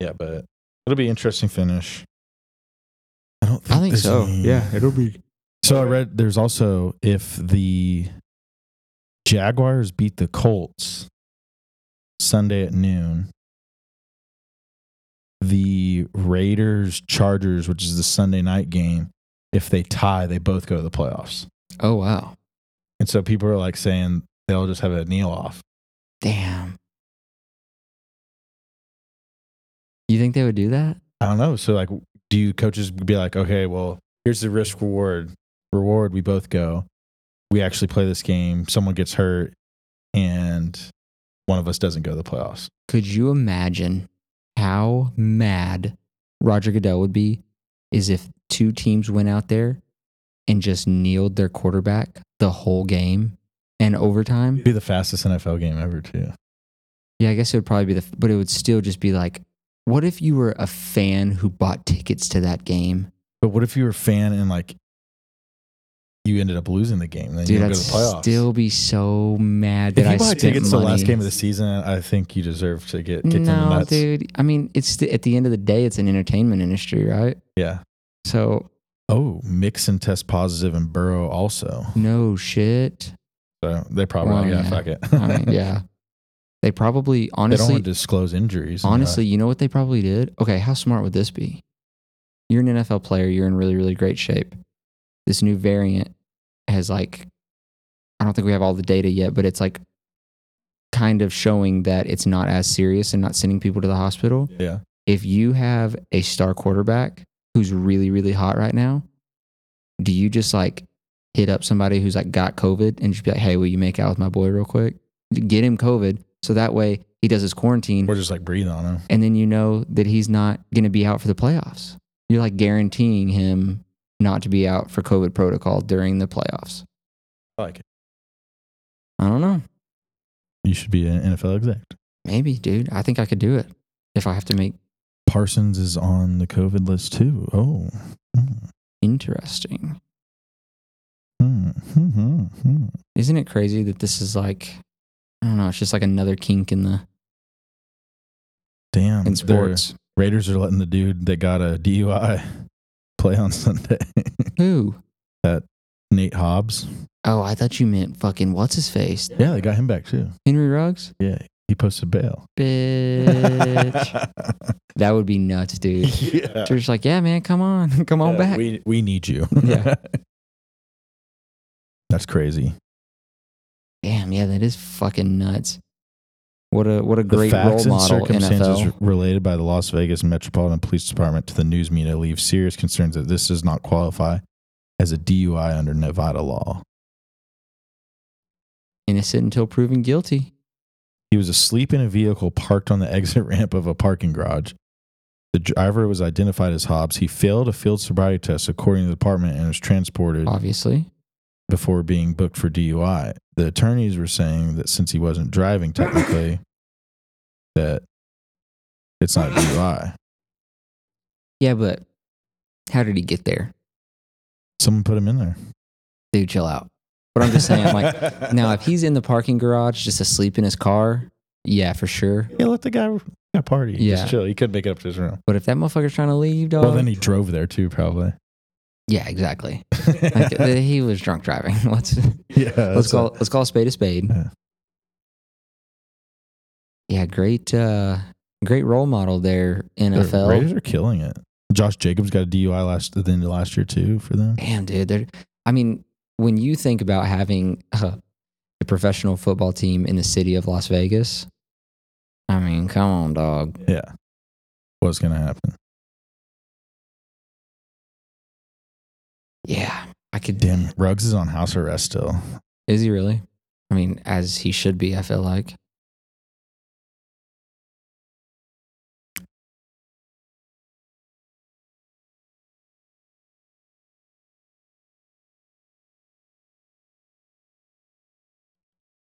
Yeah, but it'll be interesting finish. I don't think, I think there's so. any- it'll be. So I read there's also if the Jaguars beat the Colts Sunday at noon, the Raiders Chargers, which is the Sunday night game, if they tie, they both go to the playoffs. Oh, wow. And so people are like saying they'll just have a kneel off. Damn. You think they would do that? I don't know. So like do you coaches be like, okay, well, here's the risk reward. Reward, we both go. We actually play this game, someone gets hurt, and one of us doesn't go to the playoffs. Could you imagine how mad Roger Goodell would be is if two teams went out there and just kneeled their quarterback the whole game and overtime? be the fastest NFL game ever too. Yeah, I guess it would probably be the, but it would still just be like, what if you were a fan who bought tickets to that game? But what if you were a fan and like you ended up losing the game, then you Dude, don't I'd go to the playoffs. still be so mad that if you I buy spent tickets to the money. last game of the season, I think you deserve to get kicked in the no, nuts. dude. I mean, it's the, at the end of the day, it's an entertainment industry, right? Yeah. So Oh, Mixon test positive and Burrow also. no shit. So they probably Well, like, yeah, yeah. fuck it. I mean, yeah. They probably they don't want honestly, to disclose injuries. and, uh, honestly, you know what they probably did? Okay, how smart would this be? You're an NFL player. You're in really, really great shape. This new variant has like, I don't think we have all the data yet, but it's like kind of showing that it's not as serious and not sending people to the hospital. yeah. if you have a star quarterback who's really really hot right now do you just like hit up somebody who's like got covid and just be like hey will you make out with my boy real quick get him covid so that way he does his quarantine Or just like breathe on him. and then you know that he's not going to be out for the playoffs you're like guaranteeing him not to be out for covid protocol during the playoffs I like it. I don't know. You should be an NFL exec. Maybe, dude. I think I could do it if I have to make Parsons is on the COVID list too. Oh. Hmm. interesting. Hmm. Hmm. Hmm. Hmm. Isn't it crazy that this is like, I don't know, it's just like another kink in the Damn. in they're- sports. Raiders are letting the dude that got a DUI play on Sunday. Who? Nate Hobbs. Oh, I thought you meant fucking what's his face? Yeah, they got him back too. Henry Ruggs? Yeah. He posted bail. Bitch. that would be nuts, dude. yeah. They're just like, yeah, man, come on, come on Yeah, back. We we need you. Yeah. That's crazy. Damn, yeah, that is fucking nuts. What a what a The great role facts and model circumstances NFL. related by the Las Vegas Metropolitan Police Department to the news media leave serious concerns that this does not qualify as a DUI under Nevada law. Innocent until proven guilty. He was asleep in a vehicle parked on the exit ramp of a parking garage. The driver was identified as Hobbs. He failed a field sobriety test, according to the department, and was transported Obviously, before being booked for DUI. The attorneys were saying that since he wasn't driving technically, that it's not DUI. yeah, but how did he get there, Someone put him in there. dude? Chill out. But I'm just saying, I'm like, now if he's in the parking garage just asleep in his car, yeah, for sure. yeah, let the guy yeah, party. Yeah. Just chill. He couldn't make it up to his room. But if that motherfucker's trying to leave, dog, Well, then he drove there too, probably. yeah, exactly. Like, he was drunk driving. Let's yeah, let's that's call a- let's call a spade a spade. Yeah. Yeah, great uh great role model there, The NFL. Raiders are killing it. Josh Jacobs got a DUI last at the end of last year too for them. Damn, dude. They're, I mean, when you think about having uh, a professional football team in the city of Las Vegas, I mean, come on, dog. Yeah, what's gonna happen? Yeah, I could. Damn, Ruggs is on house arrest still. Is he really? I mean, as he should be. I feel like.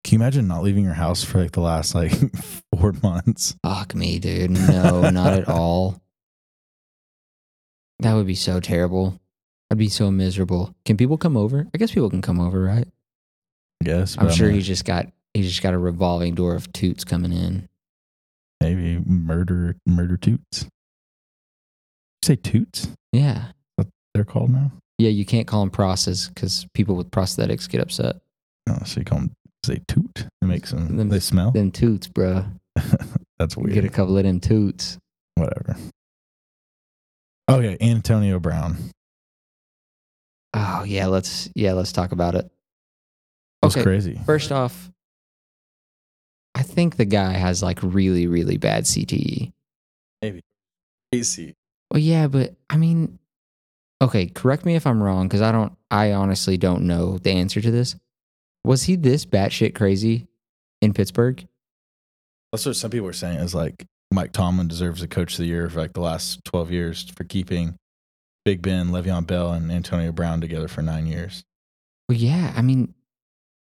Can you imagine not leaving your house for like the last like four months? Fuck me, dude. No, not at all. That would be so terrible. I'd be so miserable. Can people come over? I guess people can come over, right? Yes, I'm sure he he's just got he's just got a revolving door of toots coming in. maybe murder murder toots. You say toots? Yeah. They're called now. Yeah, you can't call them process because people with prosthetics get upset. Oh, so you call them say toot? It makes them. Them- Mm, they smell. Them toots, bro. That's weird. Get a couple of them toots. Whatever. Okay, Antonio Brown. Oh yeah, let's yeah let's talk about it. That's Okay, crazy. first off, I think the guy has like really really bad CTE. Crazy. Well, yeah, but I mean, okay, correct me if I'm wrong because I don't. I honestly don't know the answer to this. Was he this batshit crazy in Pittsburgh? That's what some people are saying is like Mike Tomlin deserves the coach of the year for like the last 12 years for keeping Big Ben, Le'Veon Bell, and Antonio Brown together for nine years. Well, yeah, I mean,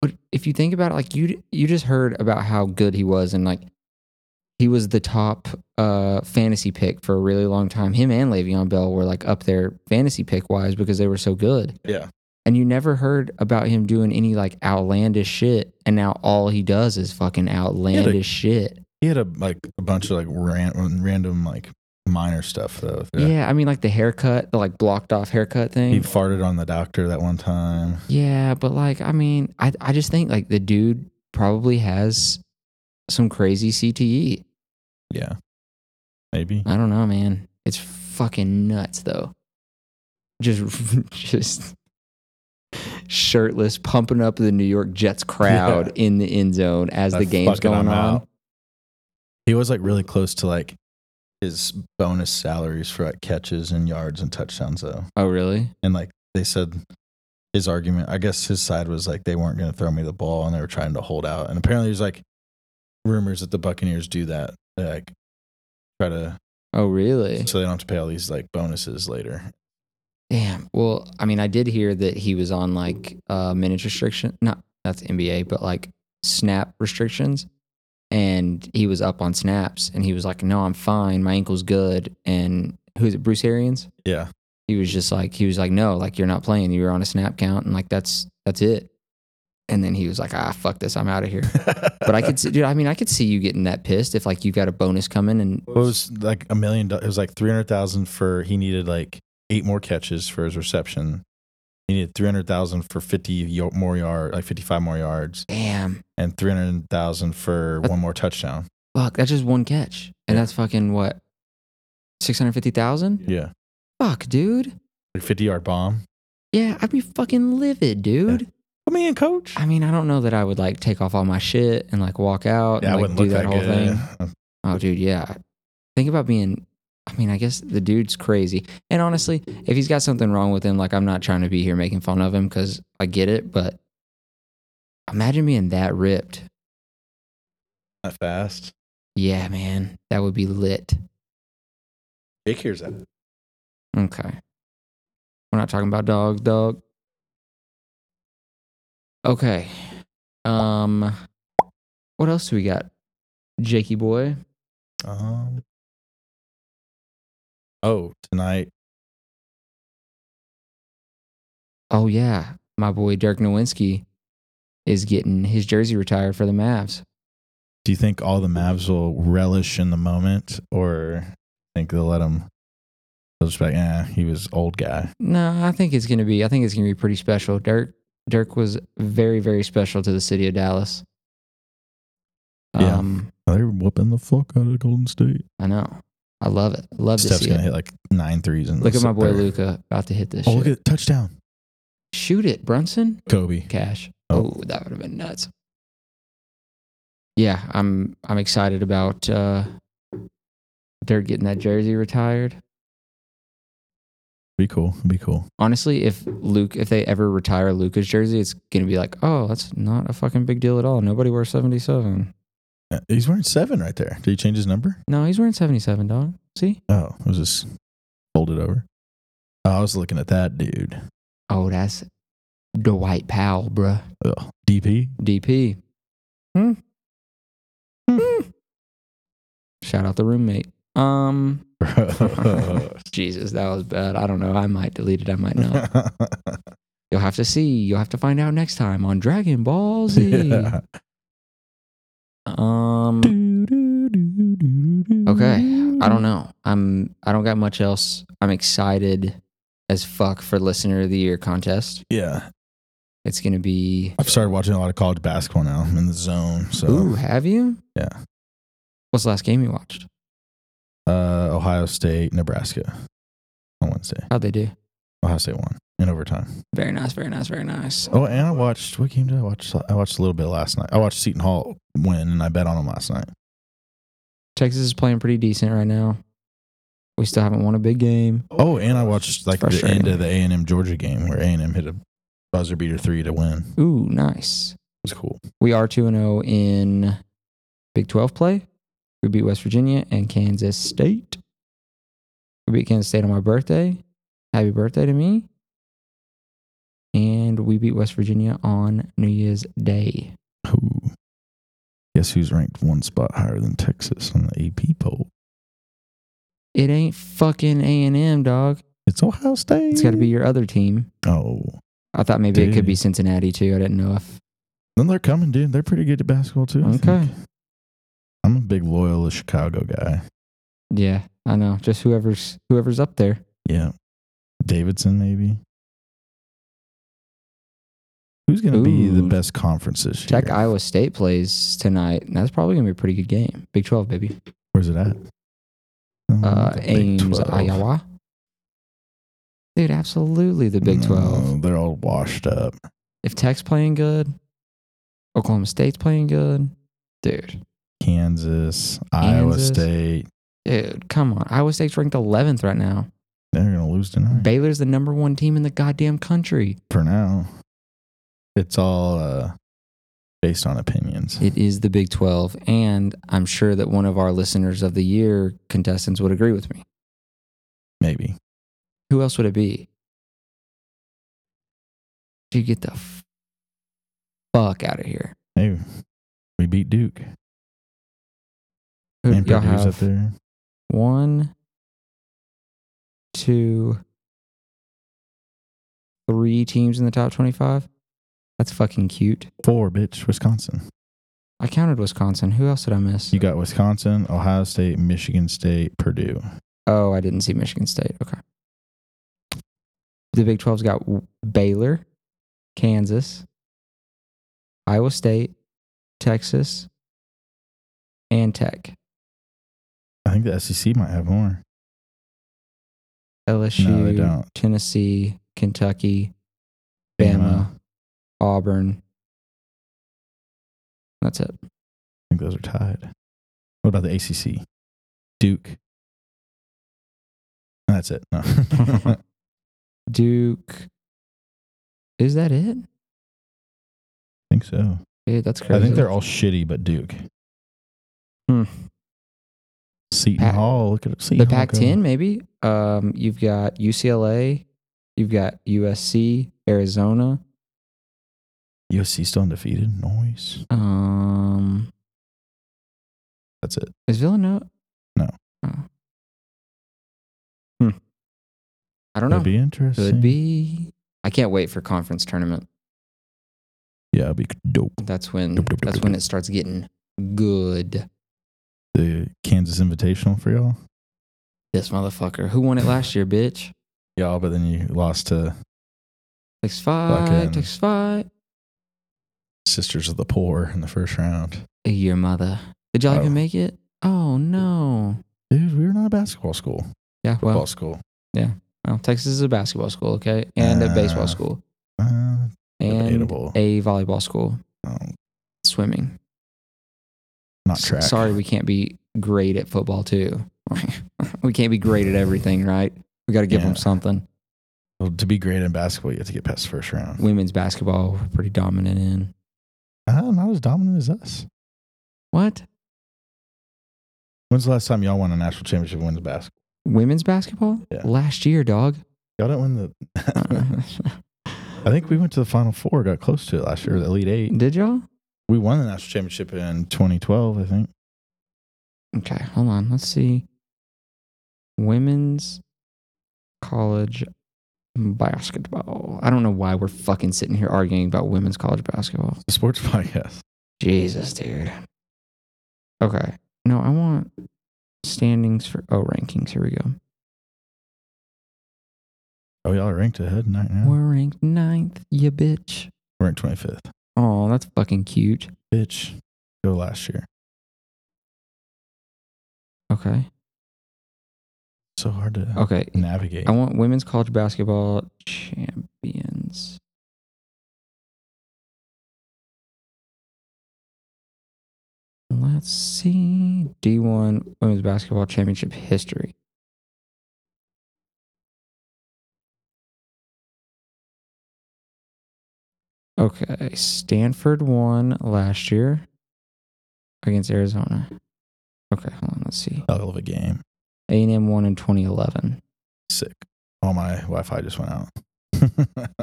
but if you think about it, like you you just heard about how good he was, and like he was the top uh, fantasy pick for a really long time. Him and Le'Veon Bell were like up there fantasy pick wise because they were so good. Yeah. And you never heard about him doing any like outlandish shit, and now all he does is fucking outlandish shit. He had a like a bunch of like ran- random like minor stuff though. Yeah. I mean, like the haircut, the like blocked off haircut He thing. farted on the doctor that one time. Yeah, but like, I mean, I, I just think like the dude probably has some crazy CTE. Yeah. Maybe. I don't know, man. It's fucking nuts though. Just, just shirtless, pumping up the New York Jets crowd in the end zone as the Like, game's fucking, going I'm on. out. He was like really close to like his bonus salaries for like catches and yards and touchdowns though. Oh, really? And like they said his argument, I guess his side was like they weren't going to throw me the ball and they were trying to hold out. And apparently there's like rumors that the Buccaneers do that. They like try to Oh, really? so they don't have to pay all these like bonuses later. Damn. Well, I mean, I did hear that he was on like uh, minute restriction. Not that's NBA, but like snap restrictions and he was up on snaps and he was like, No, I'm fine. My ankle's good. And who is it? Bruce Arians? Yeah. He was just like, He was like, No, like you're not playing. You were on a snap count. And like, that's, that's it. And then he was like, Ah, fuck this. I'm out of here. But I could see, dude, I mean, I could see you getting that pissed if like you got a bonus coming and It was like a million. do- It was like three hundred thousand for he needed like eight more catches for his reception. He needed three hundred thousand for fifty yo- more yard, like fifty five more yards, damn, and three hundred thousand for That- one more touchdown. fuck, that's just one catch. And Yeah. that's fucking what? 650,000? Yeah, Fuck, dude. like fifty yard bomb. Yeah, I'd be fucking livid, dude. Come in, coach. I mean, I don't know that I would like take off all my shit and like walk out Yeah, I and like wouldn't do look that, that whole good. thing. Oh, dude, yeah. Think about being. I mean, I guess the dude's crazy. And honestly, if he's got something wrong with him, like I'm not trying to be here making fun of him because I get it, but imagine being that ripped. Not fast. Yeah, man, that would be lit. Jake hears that. Okay. We're not talking about dogs, dog. Okay. Um, what else do we got? Jakey boy. Um. Oh, tonight. Oh yeah, my boy Dirk Nowinski is getting his jersey retired for the Mavs. Do you think all the Mavs will relish in the moment, or think they'll let him? They'll just be like, "Yeah, he was old guy." No, I think it's gonna be. I think it's gonna be pretty special. Dirk Dirk was very very special to the city of Dallas. Yeah. Um, They're whooping the fuck out of Golden State. I know. I love it. Love to Steph's see gonna it. hit like nine threes and Look at my boy Luca about to hit this. Oh, shit. look at touchdown, Shoot it, Brunson. Kobe. Cash. Oh. Oh, that would have been nuts. Yeah, I'm I'm excited about uh, Dirk getting that jersey retired. Be cool, be cool. honestly, if Luke, if they ever retire Luca's jersey, it's gonna be like, oh, that's not a fucking big deal at all. Nobody wears seventy seven. Uh, He's wearing seven right there. Did he change his number? No, he's wearing seventy seven, dog. See? Oh, it was just folded over. Oh, I was looking at that dude. Oh, that's Dwight Powell, bruh. Ugh. DP. DP. Hmm. Hmm. Shout out the roommate. Um, Jesus, that was bad. I don't know. I might delete it. I might not. You'll have to see. You'll have to find out next time on Dragon Ball Z. Yeah. Um. Okay. I don't know. I'm I don't got much else. I'm excited as fuck for listener of the year contest. Yeah. It's gonna be I've started watching a lot of college basketball now. I'm in the zone. So Ooh, have you? yeah. What's the last game you watched? Uh, Ohio State, Nebraska on Wednesday. How'd they do? Ohio State won in overtime. Very nice, very nice, very nice. Oh, and I watched what game did I watch? I watched a little bit last night. I watched Seton Hall win, and I bet on them last night. Texas is playing pretty decent right now. We still haven't won a big game. Oh, and I watched like the Frustrating. end of the A and M Georgia game where A and M hit a buzzer beater three to win. It Ooh, nice. was cool. We are two and zero in Big Twelve play. We beat West Virginia and Kansas State. We beat Kansas State on my birthday. Happy birthday to me. And we beat West Virginia on New Year's Day. Ooh. Guess who's ranked one spot higher than Texas on the AP poll? It ain't fucking A and M, dog. It's Ohio State. It's got to be your other team. Oh, I thought maybe it could be Dude. Cincinnati too. I didn't know if. then they're coming, dude. They're pretty good at basketball too. I think. Okay. I'm a big loyal Chicago guy. Yeah, I know. Just whoever's whoever's up there. Yeah. Davidson, maybe. Who's going to be the Ooh. best conference this year? Tech Iowa State plays tonight, and that's probably gonna be a pretty good game. Big Twelve, baby. Where's it at? Oh, uh, the Big Ames, 12. Iowa. Dude, absolutely the Big No, 12. they're all washed up. If Tech's playing good, Oklahoma State's playing good, dude, Kansas, Iowa Kansas. State. dude, come on. Iowa State's ranked 11th right now. They're going to lose tonight. Baylor's the number one team in the goddamn country. For now, it's all uh, based on opinions. It is the Big 12, and I'm sure that one of our listeners of the year contestants would agree with me. Maybe. Who else would it be? Dude, get the fuck out of here. Maybe. We beat Duke. Who- And y'all Purdue's up have there. one, two, three teams in the top 25. That's fucking cute. Four, bitch. Wisconsin. I counted Wisconsin. Who else did I miss? You got Wisconsin, Ohio State, Michigan State, Purdue. Oh, I didn't see Michigan State. Okay. The Big 12's got W- Baylor, Kansas, Iowa State, Texas, and Tech. I think the SEC might have more. LSU, No, they don't. Tennessee, Kentucky, Bama, I Auburn. That's it. think those are tied. What about the ACC? Duke. That's it. No. Duke. Is that it? think so. Yeah, that's crazy. I think they're all shitty, but Duke. Hmm. Seton Pac- Hall. Look at Seton the Hall go. Pac-10, maybe. Um, you've got UCLA, you've got USC, Arizona. USC still undefeated. Noise. Um, That's it. is Villanova? No. Oh. Hmm. I don't know. That'd be interesting. Could be. I can't wait for conference tournament. Yeah, it'd be dope. That's when. Doop, doop, doop, That's doop, when doop. it starts getting good. The Kansas Invitational for y'all. This motherfucker. Who won it last year, bitch? Y'all, but then you lost to Takes five. Fucking- Takes five. Sisters of the Poor in the first round. Your mother. Did y'all Oh. even make it? Oh no. Dude, we were not a basketball school. Yeah. Football Well, school. well, Texas is a basketball school, okay, and a baseball Uh, school. Uh, and Debatable. a volleyball school, um, swimming. not S- track. Sorry, we can't be great at football too. we can't be great at everything, right? We got to give Yeah. them something. Well, to be great in basketball, you have to get past the first round. Women's basketball, we're pretty dominant in. Uh, not as dominant as us. What? When's the last time y'all won a national championship and wins basketball? Women's basketball? Yeah. Last year, dog. Y'all didn't win the. I think we went to the Final Four, got close to it last year, the Elite Eight. Did y'all? We won the national championship in 2012, I think. Okay, hold on. Let's see. Women's college basketball. I don't know why we're fucking sitting here arguing about women's college basketball. The sports podcast. Jesus, dude. Okay. No, I want standings for oh rankings. Here we go. Oh, y'all are ranked ahead right now. We're ranked ninth, you bitch. We're ranked 25th. Oh, that's fucking cute. Bitch, go last year. Okay. So hard to Okay. navigate. I want women's college basketball champions. Let's see. D1 Women's Basketball Championship history. Okay. Stanford won last year against Arizona. Okay, hold on. Let's see. Hell of a game. A&M won in 2011. Sick. All my Wi Fi just went out.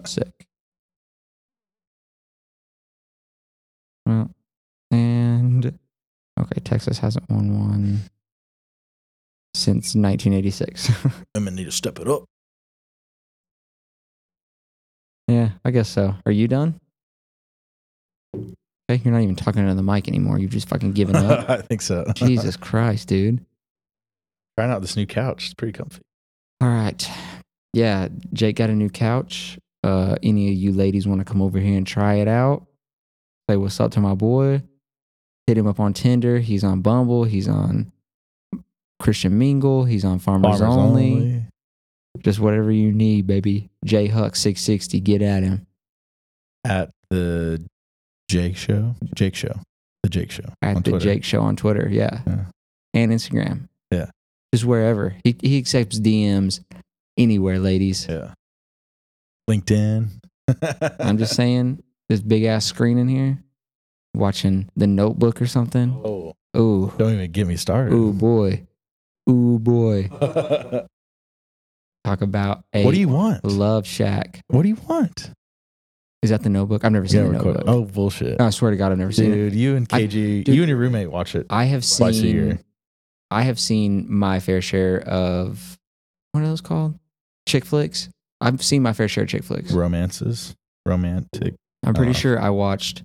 Sick. Well, and okay, Texas hasn't won one since 1986. Women need to step it up. yeah, I guess so. Are you done? Okay, you're not even talking into the mic anymore. You've just fucking given up. I think so. Jesus Christ, dude. Trying out this new couch. It's pretty comfy. All right. Yeah, Jake got a new couch. Uh, any of you ladies want to come over here and try it out? Say what's up to my boy. Hit him up on Tinder. He's on Bumble. He's on Christian Mingle. He's on Farmers, Farmers only. only. Just whatever you need, baby. J Huck six sixty. Get at him At the Jake Show. Jake Show. The Jake Show. at on the Twitter. Jake Show on Twitter. Yeah. Yeah. and Instagram. Yeah. just wherever he he accepts DMs anywhere, ladies. Yeah. LinkedIn. I'm just saying this big ass screen in here, watching The Notebook or something. Oh, Ooh, don't even get me started. ooh boy, ooh boy. what Talk about a do you want? love shack. What do you want? Is that the Notebook? I've never seen Yeah, the we're cool. Notebook. Oh bullshit, No, I swear to God, I've never seen it. dude! You and I- KG, dude. you and your roommate watch it. I have Twice a year. seen. I have seen my fair share of what are those called? Chick flicks. I've seen my fair share of chick flicks. Romances, romantic. I'm pretty Uh. sure I watched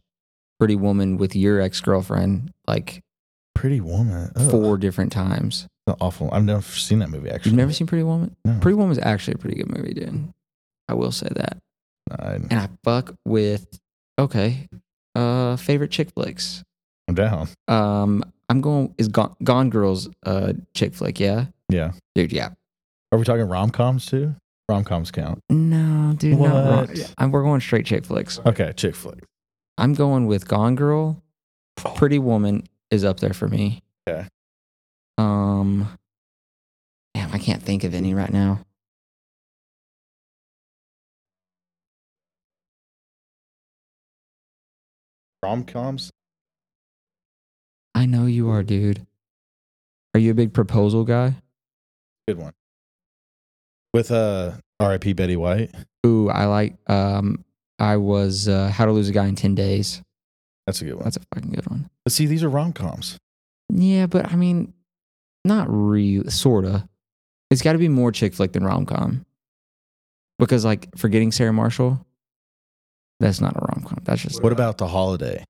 Pretty Woman with your ex girlfriend like Pretty Woman. Ugh. four different times. Awful. I've never seen that movie. Actually, You've never seen Pretty Woman? No. Pretty Woman's actually a pretty good movie, dude. I will say that. I, And I fuck with okay. Uh favorite chick flicks. I'm down. Um I'm going is Gone, Gone Girls uh chick flick, yeah? Yeah. Dude, yeah. Are we talking rom coms too? Rom coms count. No, dude, not wrong. What? I'm, we're going straight chick flicks. Okay, chick flick. I'm going with Gone Girl. Pretty Woman is up there for me. Okay. Um, damn, I can't think of any right now. Rom coms. I know you are, dude. Are you a big proposal guy? Good one. With uh, R.I.P. Betty White. Ooh, I like. Um, I was uh, How to Lose a Guy in Ten Days. That's a good one. That's a fucking good one. But see, these are rom coms. Yeah, but I mean, not really. Sorta. It's got to be more chick flick than rom com. Because like forgetting Sarah Marshall, that's not a rom com. That's just What about the holiday?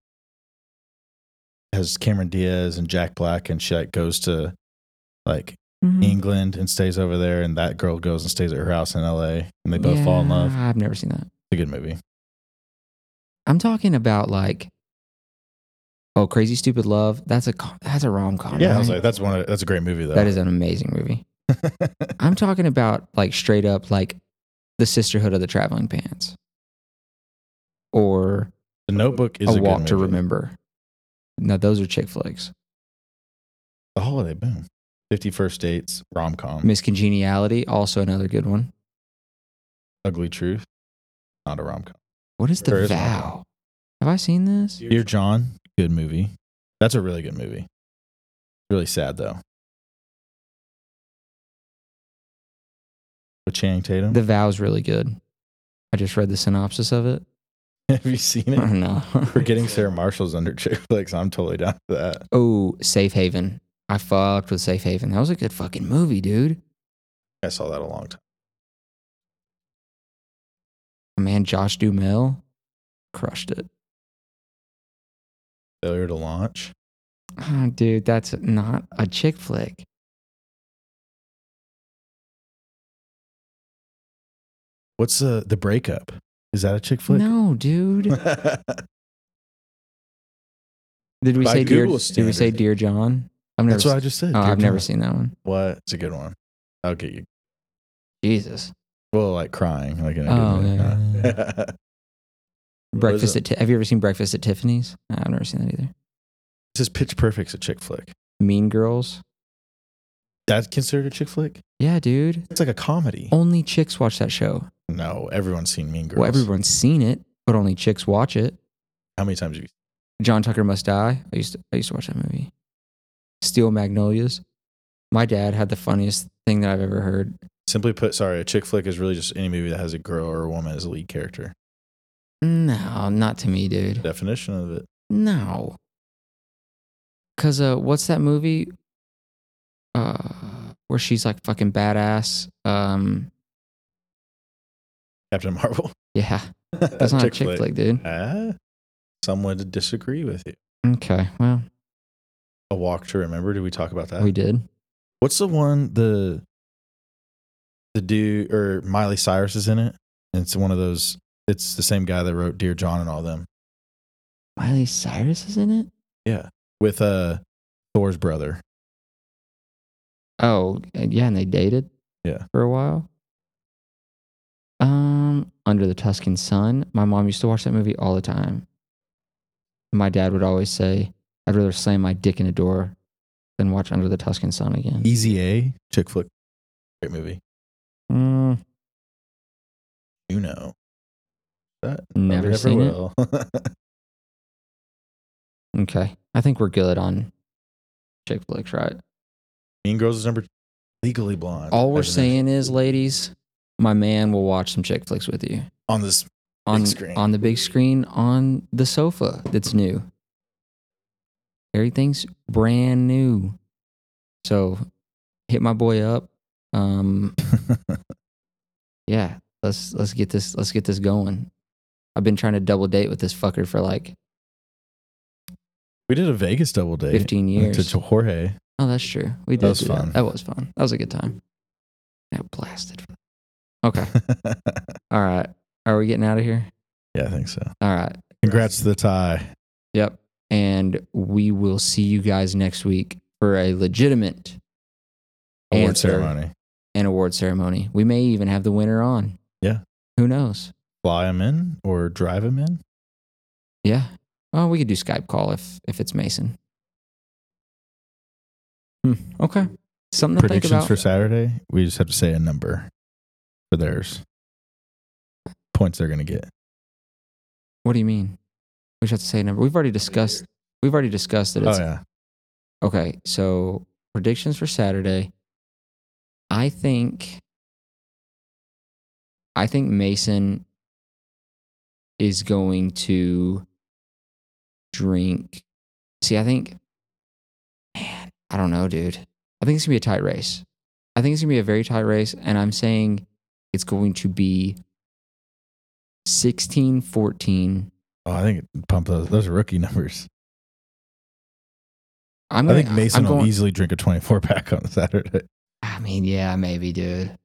Has Cameron Diaz and Jack Black and shit goes to like Mhm. England and stays over there, and that girl goes and stays at her house in L.A. and they both fall in love. Yeah, I've never seen that. It's a good movie. I'm talking about like, oh, Crazy Stupid Love. That's a co- that's a rom com. Yeah, I was like, that's one. Of, that's a great movie though. that is an amazing movie. I'm talking about like straight up like the Sisterhood of the Traveling Pants, or the Notebook is A a, good Walk to movie. Remember. Now those are chick flicks. The Holiday, boom. Fifty First Dates rom com. Miss Congeniality, also another good one. Ugly Truth, not a rom com. What is the There is one. vow? Have I seen this? Dear John, good movie. That's a really good movie. Really sad though. With Channing Tatum. The vow's really good. I just read the synopsis of it. Have you seen I it? don't know. Forgetting Sarah Marshall's under chick flicks. I'm totally down for that. Oh, Safe Haven. I fucked with Safe Haven. That was a good fucking movie, dude. I saw that a long time. My man, Josh Dumel crushed it. Failure to launch. Ah, dude, that's not a chick flick. What's the the breakup? Is that a chick flick? No, dude. Did we By say dear? Google Did we say standards. dear John? I've never. That's what se- I just said. oh, Dear I've never John. seen that one. What? It's a good one. I'll get you. Jesus. Well, like crying, like in a Oh, good movie. yeah, Breakfast it? at. Ti- have you ever seen Breakfast at Tiffany's? Nah, I've never seen that either. This is Pitch Perfect's a chick flick. Mean Girls. That's considered a chick flick. Yeah, dude. It's like a comedy. Only chicks watch that show. No, everyone's seen Mean Girls. Oh. Well, everyone's seen it, but only chicks watch it. How many times have you? John Tucker Must Die. I used to, I used to watch that movie. Steel Magnolias. My dad had the funniest thing that I've ever heard. Simply put, sorry, a chick flick is really just any movie that has a girl or a woman as a lead character. No, not to me, dude. Definition of it. No. Cause uh, what's that movie? Uh, where she's like fucking badass. Um, Captain Marvel. yeah, that's not a chick flick, dude. Ah, someone to disagree with you. Okay, well, A Walk to Remember. Did we talk about that? we did. What's the one the the dude or Miley Cyrus is in it? And it's one of those. It's the same guy that wrote Dear John and all them Miley Cyrus is in it. with uh Thor's brother. Oh, yeah, and they dated. Yeah. For a while. Um, Under the Tuscan Sun. My mom used to watch that movie all the time. My dad would always say, "I'd rather slam my dick in a door than watch Under the Tuscan Sun again." Easy A chick flick. Great movie. Mm, You know that never seen it. it. Okay, I think we're good on chick flicks, right? mean Girls is number Legally Blonde. All we're As an saying is, ladies, my man will watch some chick flicks with you. on this on screen. on the big screen on the sofa that's new. Everything's brand new. So hit my boy up. Um yeah, let's let's get this let's get this going. I've been trying to double date with this fucker for like we did a Vegas double date. 15 years. To, to Jorge. oh that's true. We did That was do fun. That. that was fun. That was a good time. Got blasted. Okay. All right. Are we getting out of here? yeah, I think so. All right. Congrats to the tie. Yep. And we will see you guys next week for a legitimate Award answer ceremony. and award ceremony. We may even have the winner on. Yeah. Who knows? Fly him in or drive him in. Yeah. Oh, we could do Skype call if if it's Mason. Hmm. Okay. Something to think Predictions about. for Saturday. We just have to say a number for theirs. Points they're gonna get. what do you mean? We just have to say a number. We've already discussed. We've already discussed that Oh it's yeah. Okay, so predictions for Saturday. I think I think Mason is going to drink. See, I think man, I don't know, dude. I think it's going to be a tight race. I think it's going to be a very tight race and I'm saying it's going to be 16-14. Oh, I think it pump those. Those are rookie numbers. I'm I gonna- think Mason I'm will going, easily drink a 24 pack on Saturday. I mean, yeah, maybe, dude.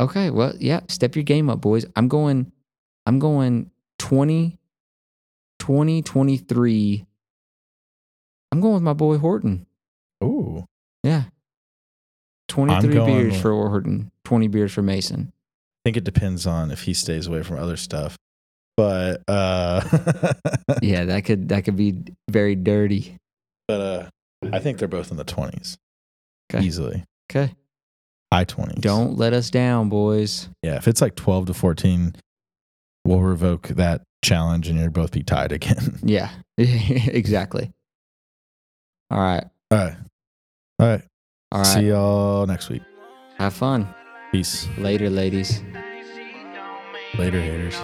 Okay, well, yeah, step your game up, boys. I'm going I'm going 20 20 23. I'm going with my boy Horton. Ooh. Yeah. 23 going beers with- for Horton, 20 beers for Mason. I think it depends on if he stays away from other stuff. But uh Yeah, that could that could be very dirty. but uh I think they're both in the 20s. Okay. Easily. Okay. High 20s. Don't let us down, boys. Yeah, if it's like 12 to 14, we'll revoke that challenge and you'll both be tied again. Yeah. exactly. All right. All right. All right. All right. See y'all next week. Have fun. Peace. Later, ladies. Later, haters.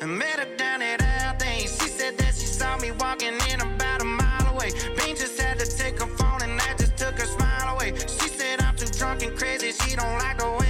I met her down at Al Thing. She said that she saw me walking in about a mile away. Bean just had to take her phone and I just took her smile away. She said I'm too drunk and crazy. She don't like the way.